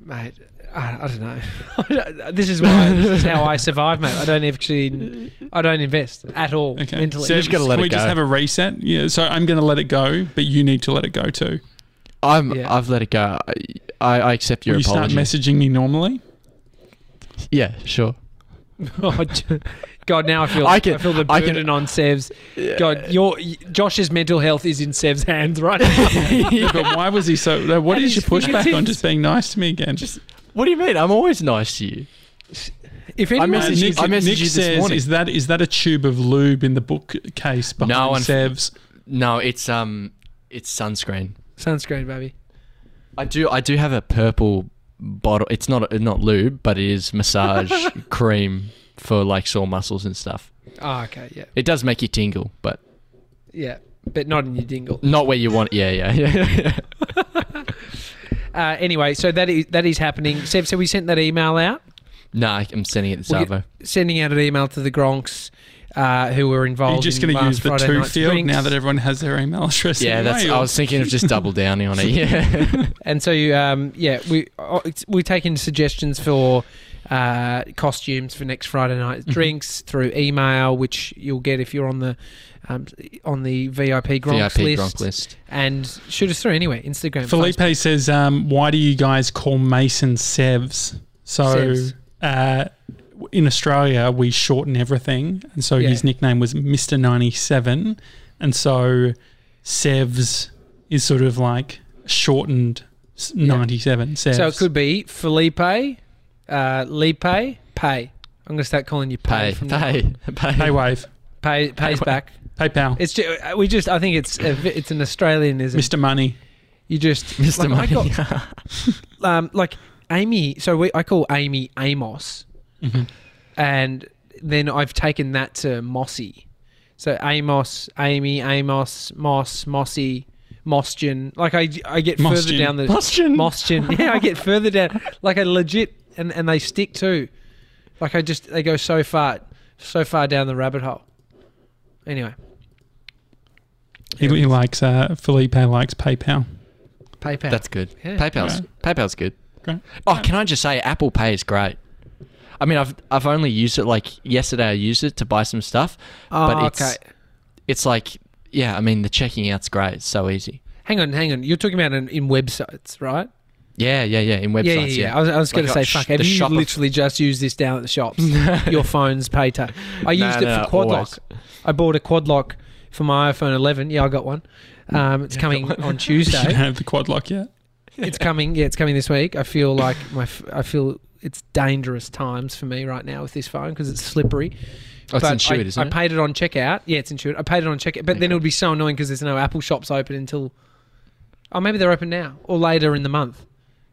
Speaker 2: mate. I, I don't know. this is why this is how I survive, mate. I don't actually I don't invest at all
Speaker 1: Okay.
Speaker 2: mentally.
Speaker 1: So
Speaker 3: just gotta let
Speaker 1: can
Speaker 3: it
Speaker 1: we just
Speaker 3: go.
Speaker 1: have a reset? Yeah. So I'm going to let it go, but you need to let it go too.
Speaker 3: I'm.
Speaker 2: Yeah.
Speaker 3: I've let it go. I, I I accept your
Speaker 1: Will you
Speaker 3: apology.
Speaker 1: start messaging me normally?
Speaker 3: yeah, sure.
Speaker 2: Oh, j- God, now I feel I,
Speaker 3: I can-
Speaker 2: feel the
Speaker 3: I can-
Speaker 2: burden on Sev's. God, your Josh's mental health is in Sev's hands right now.
Speaker 1: Yeah, but why was he so? uh, What
Speaker 2: At
Speaker 1: is your
Speaker 2: his
Speaker 1: pushback on
Speaker 2: fingertips.
Speaker 1: just being nice to me again?
Speaker 3: What do you mean? I'm always nice to you.
Speaker 2: if anyone,
Speaker 1: Uh,
Speaker 3: messaged-
Speaker 1: Nick,
Speaker 3: I messaged
Speaker 1: Nick
Speaker 3: you this
Speaker 1: says,
Speaker 3: morning.
Speaker 1: "Is that is that a tube of lube in the bookcase behind
Speaker 3: No, unf-
Speaker 1: Sev's?"
Speaker 3: No, it's um, it's sunscreen.
Speaker 2: sunscreen, baby.
Speaker 3: I do. I do have a purple bottle. It's not not lube, but it is massage cream for like sore muscles and stuff.
Speaker 2: Oh, okay, yeah,
Speaker 3: It does make you tingle, but
Speaker 2: yeah, but not in your dingle.
Speaker 3: not where you want. Yeah, yeah, yeah.
Speaker 2: Uh, anyway, so that is that is happening. Sev, so we sent that email out,
Speaker 3: no, I'm sending it this
Speaker 2: Well, you-
Speaker 3: Arvo.
Speaker 2: sending out an email to the Gronks uh, who were
Speaker 1: Are
Speaker 2: involved.
Speaker 1: you just
Speaker 2: in
Speaker 1: going to
Speaker 2: last
Speaker 1: use the
Speaker 2: Friday
Speaker 1: two
Speaker 2: night's
Speaker 1: field
Speaker 2: drinks.
Speaker 1: now that everyone has their email address?
Speaker 3: Yeah, that's. I was thinking of just double downing on it. Yeah.
Speaker 2: And so, um, yeah, we uh, it's- we're taking suggestions for uh, costumes for next Friday night
Speaker 1: Mm-hmm.
Speaker 2: drinks through email, which you'll get if you're on the um, on the VIP Gronks
Speaker 3: VIP
Speaker 2: list.
Speaker 3: Gronk list.
Speaker 2: And shoot us through anyway, Instagram.
Speaker 1: Felipe
Speaker 2: Facebook.
Speaker 1: says, um, "Why do you guys call Mason Sevs?" So,
Speaker 2: Sevs.
Speaker 1: Uh, in Australia, we shorten everything, and so his
Speaker 2: Yeah.
Speaker 1: nickname was Mister Ninety Seven, and so Sevs is sort of like shortened s-
Speaker 2: Yeah.
Speaker 1: ninety seven. Sevs.
Speaker 2: So it could be Felipe, uh, Lipe, Pay. I'm going to start calling you Pay.
Speaker 3: Pay,
Speaker 2: from now on.
Speaker 3: pay, pay.
Speaker 1: PayWave,
Speaker 2: Pay pays
Speaker 1: Pay-
Speaker 2: back.
Speaker 1: PayPal,
Speaker 2: It's ju- uh, we just I think it's a, vi- it's an Australianism.
Speaker 1: Mister Money.
Speaker 2: You just
Speaker 3: Mr.
Speaker 2: Like, I
Speaker 3: Money.
Speaker 2: um, like Amy. So we, I call Amy Amos,
Speaker 1: Mhm.
Speaker 2: and then I've taken that to Mossy. So Amos, Amy, Amos, Moss, Mossy, Mostian. Like I, I get further
Speaker 1: Mostian.
Speaker 2: down the
Speaker 3: Mostian.
Speaker 2: Mostian. Yeah, I get further down. Like I legit, and and they stick to. Like I just, they go so far, so far down the rabbit hole. Anyway,
Speaker 1: He, he likes uh, Felipe likes PayPal.
Speaker 2: PayPal.
Speaker 3: That's good.
Speaker 2: Yeah.
Speaker 3: PayPal's PayPal's good.
Speaker 1: Great.
Speaker 3: Oh, can I just say Apple Pay is great. I mean, I've I've only used it like yesterday. I used it to buy some stuff,
Speaker 2: Oh,
Speaker 3: but it's
Speaker 2: okay.
Speaker 3: it's like yeah. I mean, the checking out's great. It's so easy.
Speaker 2: Hang on, hang on. You're talking about in, in websites, right?
Speaker 3: Yeah, yeah, yeah. In websites,
Speaker 2: Yeah,
Speaker 3: yeah,
Speaker 2: yeah, yeah. I was, I was going
Speaker 3: Like,
Speaker 2: to say,
Speaker 3: uh, sh-
Speaker 2: fuck. Have
Speaker 3: the
Speaker 2: you
Speaker 3: shop of-
Speaker 2: literally just used this down at the shops? Your phone's pay to. I
Speaker 3: No,
Speaker 2: used it
Speaker 3: no,
Speaker 2: for
Speaker 3: no,
Speaker 2: quad
Speaker 3: always.
Speaker 2: lock. I bought a quad lock for my iPhone 11. Yeah, I got one.
Speaker 3: Mm.
Speaker 2: Um, it's coming on
Speaker 1: You don't
Speaker 2: Tuesday.
Speaker 1: have the quad lock yet.
Speaker 2: it's coming. Yeah, it's coming this week. I feel like my. f- I feel it's dangerous times for me right now with this phone because it's slippery.
Speaker 3: Oh, it's
Speaker 2: But
Speaker 3: insured,
Speaker 2: I,
Speaker 3: isn't
Speaker 2: I
Speaker 3: it?
Speaker 2: paid it on checkout. Yeah, it's insured. I paid it on checkout, but then
Speaker 3: Okay.
Speaker 2: it would be so annoying because there's no Apple shops open until. Oh, maybe they're open now or later in the month.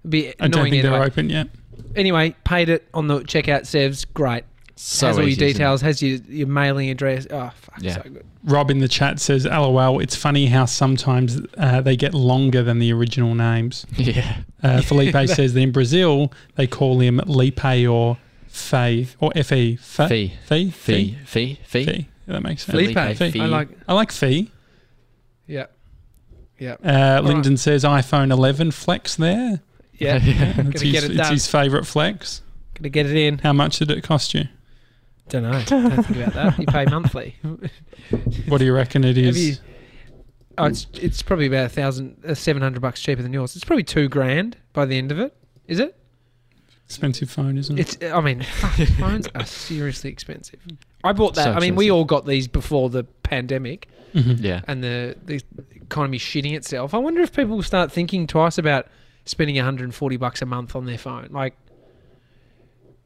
Speaker 2: It'd be
Speaker 1: I don't
Speaker 2: annoying
Speaker 1: think
Speaker 2: anyway.
Speaker 1: they're open yet.
Speaker 2: Anyway, paid it on the checkout. Sev's great.
Speaker 3: so
Speaker 2: has all your
Speaker 3: easy, isn't it?
Speaker 2: details. Has your, your mailing address. Oh fuck,
Speaker 3: Yeah.
Speaker 2: so good.
Speaker 1: Rob in the chat says, "LOL, it's funny how sometimes uh, they get longer than the original names."
Speaker 3: Yeah,
Speaker 1: Uh, Felipe says that in Brazil they call him Lipe or Fe or E, Fe. Fe.
Speaker 3: fee,
Speaker 1: Fe.
Speaker 3: fee, fee, fee.
Speaker 1: Fe. Yeah, that makes sense.
Speaker 2: Felipe.
Speaker 3: Felipe.
Speaker 2: I like.
Speaker 1: I like Fee.
Speaker 2: Yeah. Yeah.
Speaker 1: Uh, Lyndon says iPhone 11 flex there.
Speaker 2: Yeah.
Speaker 3: yeah.
Speaker 1: It's
Speaker 2: Gotta
Speaker 1: his,
Speaker 2: get it
Speaker 1: it's
Speaker 2: done.
Speaker 1: his favourite flex.
Speaker 2: Gonna get it in.
Speaker 1: How much did it cost you?
Speaker 2: Don't know. Don't think about that. You pay monthly.
Speaker 1: What do you reckon it
Speaker 2: Have
Speaker 1: is?
Speaker 2: you, oh, it's it's probably about a thousand, uh, seven hundred bucks cheaper than yours. It's probably two grand by the end of it. Is it?
Speaker 1: Expensive phone, isn't it?
Speaker 2: It's. I mean, fuck, phones are seriously expensive. I bought that.
Speaker 3: So
Speaker 2: I mean, we
Speaker 3: expensive.
Speaker 2: all got these before the pandemic.
Speaker 1: Mhm.
Speaker 3: yeah.
Speaker 2: and the, the economy shitting itself. I wonder if people will start thinking twice about spending 140 bucks a month on their phone. Like,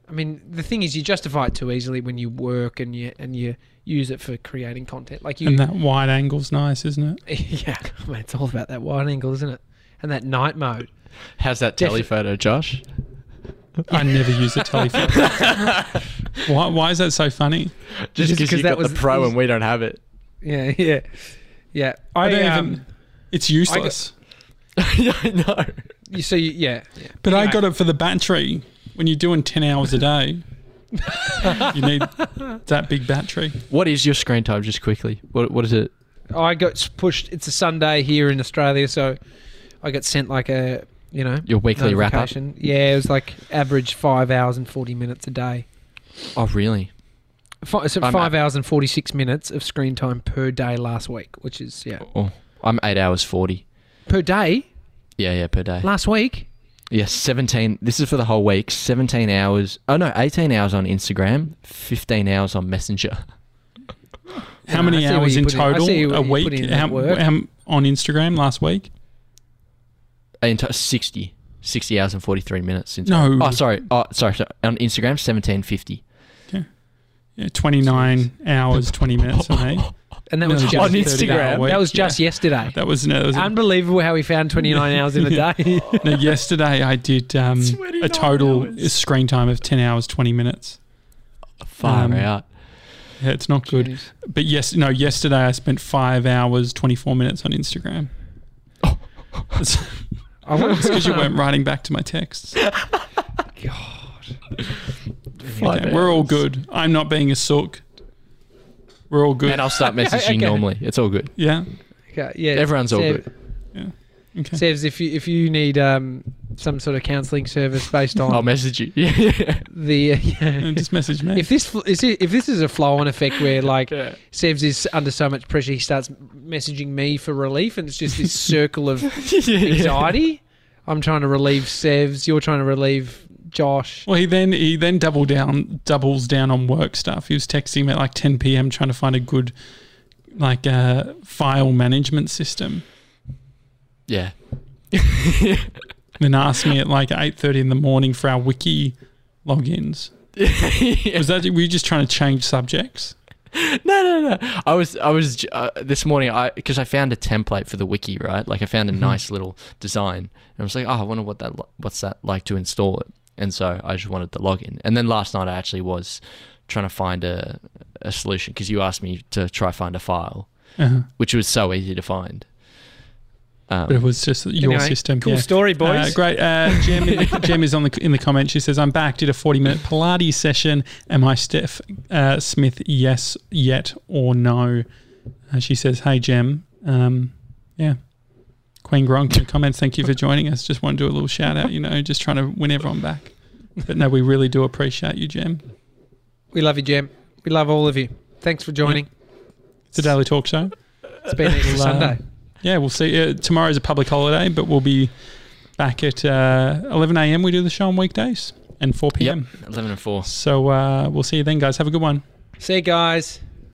Speaker 2: I mean, the thing is, you justify it too easily when you work and you and you use it for creating content. Like you,
Speaker 1: And that wide angle's nice, isn't it?
Speaker 2: yeah, I mean, it's all about that wide angle, isn't it? And that night mode.
Speaker 3: How's that
Speaker 2: Defi-
Speaker 3: telephoto, Josh?
Speaker 1: I never use a telephone. why, why is that so funny?
Speaker 3: Just
Speaker 2: Just
Speaker 3: because
Speaker 2: 'cause
Speaker 3: you
Speaker 2: that
Speaker 3: got
Speaker 2: was-
Speaker 3: the pro
Speaker 2: is-
Speaker 3: and we don't have it.
Speaker 2: Yeah, yeah, yeah. I,
Speaker 1: I don't
Speaker 2: um,
Speaker 1: even. It's useless.
Speaker 3: yeah, I know.
Speaker 2: You see, yeah, yeah.
Speaker 1: but I
Speaker 2: Anyway.
Speaker 1: got it for the battery. When you're doing 10 hours a day, you need that big battery.
Speaker 3: What is your screen time, just quickly? What What is it?
Speaker 2: I got pushed. It's a Sunday here in Australia, so I got sent like a you know
Speaker 3: Your weekly wrap up?
Speaker 2: notification. Yeah, it was like average five hours and forty minutes a day.
Speaker 3: Oh, really?
Speaker 2: Five, so
Speaker 3: I'm
Speaker 2: five hours and forty six minutes of screen time per day last week, which is yeah
Speaker 3: Oh, I'm eight hours forty.
Speaker 2: per day
Speaker 3: Yeah, yeah, per day.
Speaker 2: last week.
Speaker 3: Yeah, 17. This is for the whole week. 17 hours. Oh, no, 18 hours on Instagram, 15 hours on Messenger.
Speaker 1: How
Speaker 2: Yeah, I
Speaker 1: many
Speaker 2: see what
Speaker 1: hours
Speaker 2: you
Speaker 1: in
Speaker 2: put in. I
Speaker 1: total
Speaker 2: see what
Speaker 1: a
Speaker 2: you put
Speaker 1: week?
Speaker 2: in
Speaker 1: How,
Speaker 2: that work.
Speaker 1: how- on Instagram last week?
Speaker 3: In t- 60. 60 hours and 43 minutes since.
Speaker 1: No.
Speaker 3: Oh, sorry. Oh, sorry. sorry. On Instagram, 1750.
Speaker 1: Yeah, 29 hours, 20 minutes on that.
Speaker 2: And that
Speaker 1: No,
Speaker 2: was
Speaker 1: just
Speaker 2: just
Speaker 1: On 30 hour Instagram. week,
Speaker 2: That was just yesterday.
Speaker 1: That was, no, that was a-
Speaker 2: Unbelievable how he found 29 hours in a day.
Speaker 1: no, yesterday I did um,
Speaker 3: 29
Speaker 1: a total
Speaker 3: hours.
Speaker 1: screen time of 10 hours, 20 minutes.
Speaker 3: Far
Speaker 1: Um,
Speaker 3: out.
Speaker 1: Yeah, it's not good.
Speaker 2: Jeez.
Speaker 1: But yes, no, yesterday I spent five hours, 24 minutes on Instagram.
Speaker 2: Oh. I want
Speaker 1: because you weren't writing back to my texts.
Speaker 3: Five
Speaker 1: Okay, we're all
Speaker 3: hours.
Speaker 1: good. I'm not being a sook. We're all good.
Speaker 3: And I'll start messaging
Speaker 2: Okay.
Speaker 3: normally. It's all good.
Speaker 1: yeah.
Speaker 2: Okay, yeah,
Speaker 3: Everyone's all
Speaker 2: Sev-
Speaker 3: good.
Speaker 1: Okay.
Speaker 2: Sevs, if you if you need um, some sort of counselling service based
Speaker 3: I'll
Speaker 1: Oh,
Speaker 2: on
Speaker 3: message you. Yeah.
Speaker 2: the
Speaker 1: And just message me.
Speaker 2: if this fl- is it, if this is a flow on effect where like
Speaker 3: Yeah.
Speaker 2: Sevs is under so much pressure he starts messaging me for relief and it's just this circle of anxiety. I'm trying to relieve Sevs, you're trying to relieve Josh.
Speaker 1: well, he then he then double down doubles down on work stuff. He was texting me at like 10 p.m. trying to find a good like uh, file management system.
Speaker 3: Yeah.
Speaker 1: Then asked me at like 8:30 in the morning for our wiki logins. Was that were you just trying to change subjects?
Speaker 3: No, no, no. I was, I was j- uh, this morning. I because I found a template for the wiki, right? Like I found
Speaker 1: Mm-hmm.
Speaker 3: a nice little design, and I was like, oh, I wonder what that, lo- what's that like to install it. And so I just wanted to log in. And then last night I actually was trying to find a, a solution because you asked me to try find a file,
Speaker 1: Uh-huh.
Speaker 3: which was so easy to find. Um,
Speaker 1: But it was just your
Speaker 2: Anyway,
Speaker 1: system.
Speaker 2: Cool
Speaker 1: yeah.
Speaker 2: story, boys.
Speaker 1: Uh, great. Uh, Jem, Jem is on the in the comments. She says, "I'm back. Did a 40 minute Pilates session. Am I Steph uh, Smith? Yes, yet or no?" Uh, she says, "Hey, Jem. Um, yeah." Queen Gronk in the comments. Thank you for joining us. Just want to do a little shout out. You know, just trying to win everyone back. But no, we really do appreciate you, Jem.
Speaker 2: We love you, Jem. We love all of you. Thanks for joining.
Speaker 1: It's a daily talk show.
Speaker 2: It's been Easter
Speaker 1: Well, uh,
Speaker 2: Sunday.
Speaker 1: Yeah, we'll see. Uh, tomorrow's a public holiday, but we'll be back at uh, 11 a.m. We do the show on weekdays and 4
Speaker 3: yep,
Speaker 1: p.m.
Speaker 3: eleven and four.
Speaker 1: So uh, we'll see you then, guys. Have a good one.
Speaker 2: See you guys.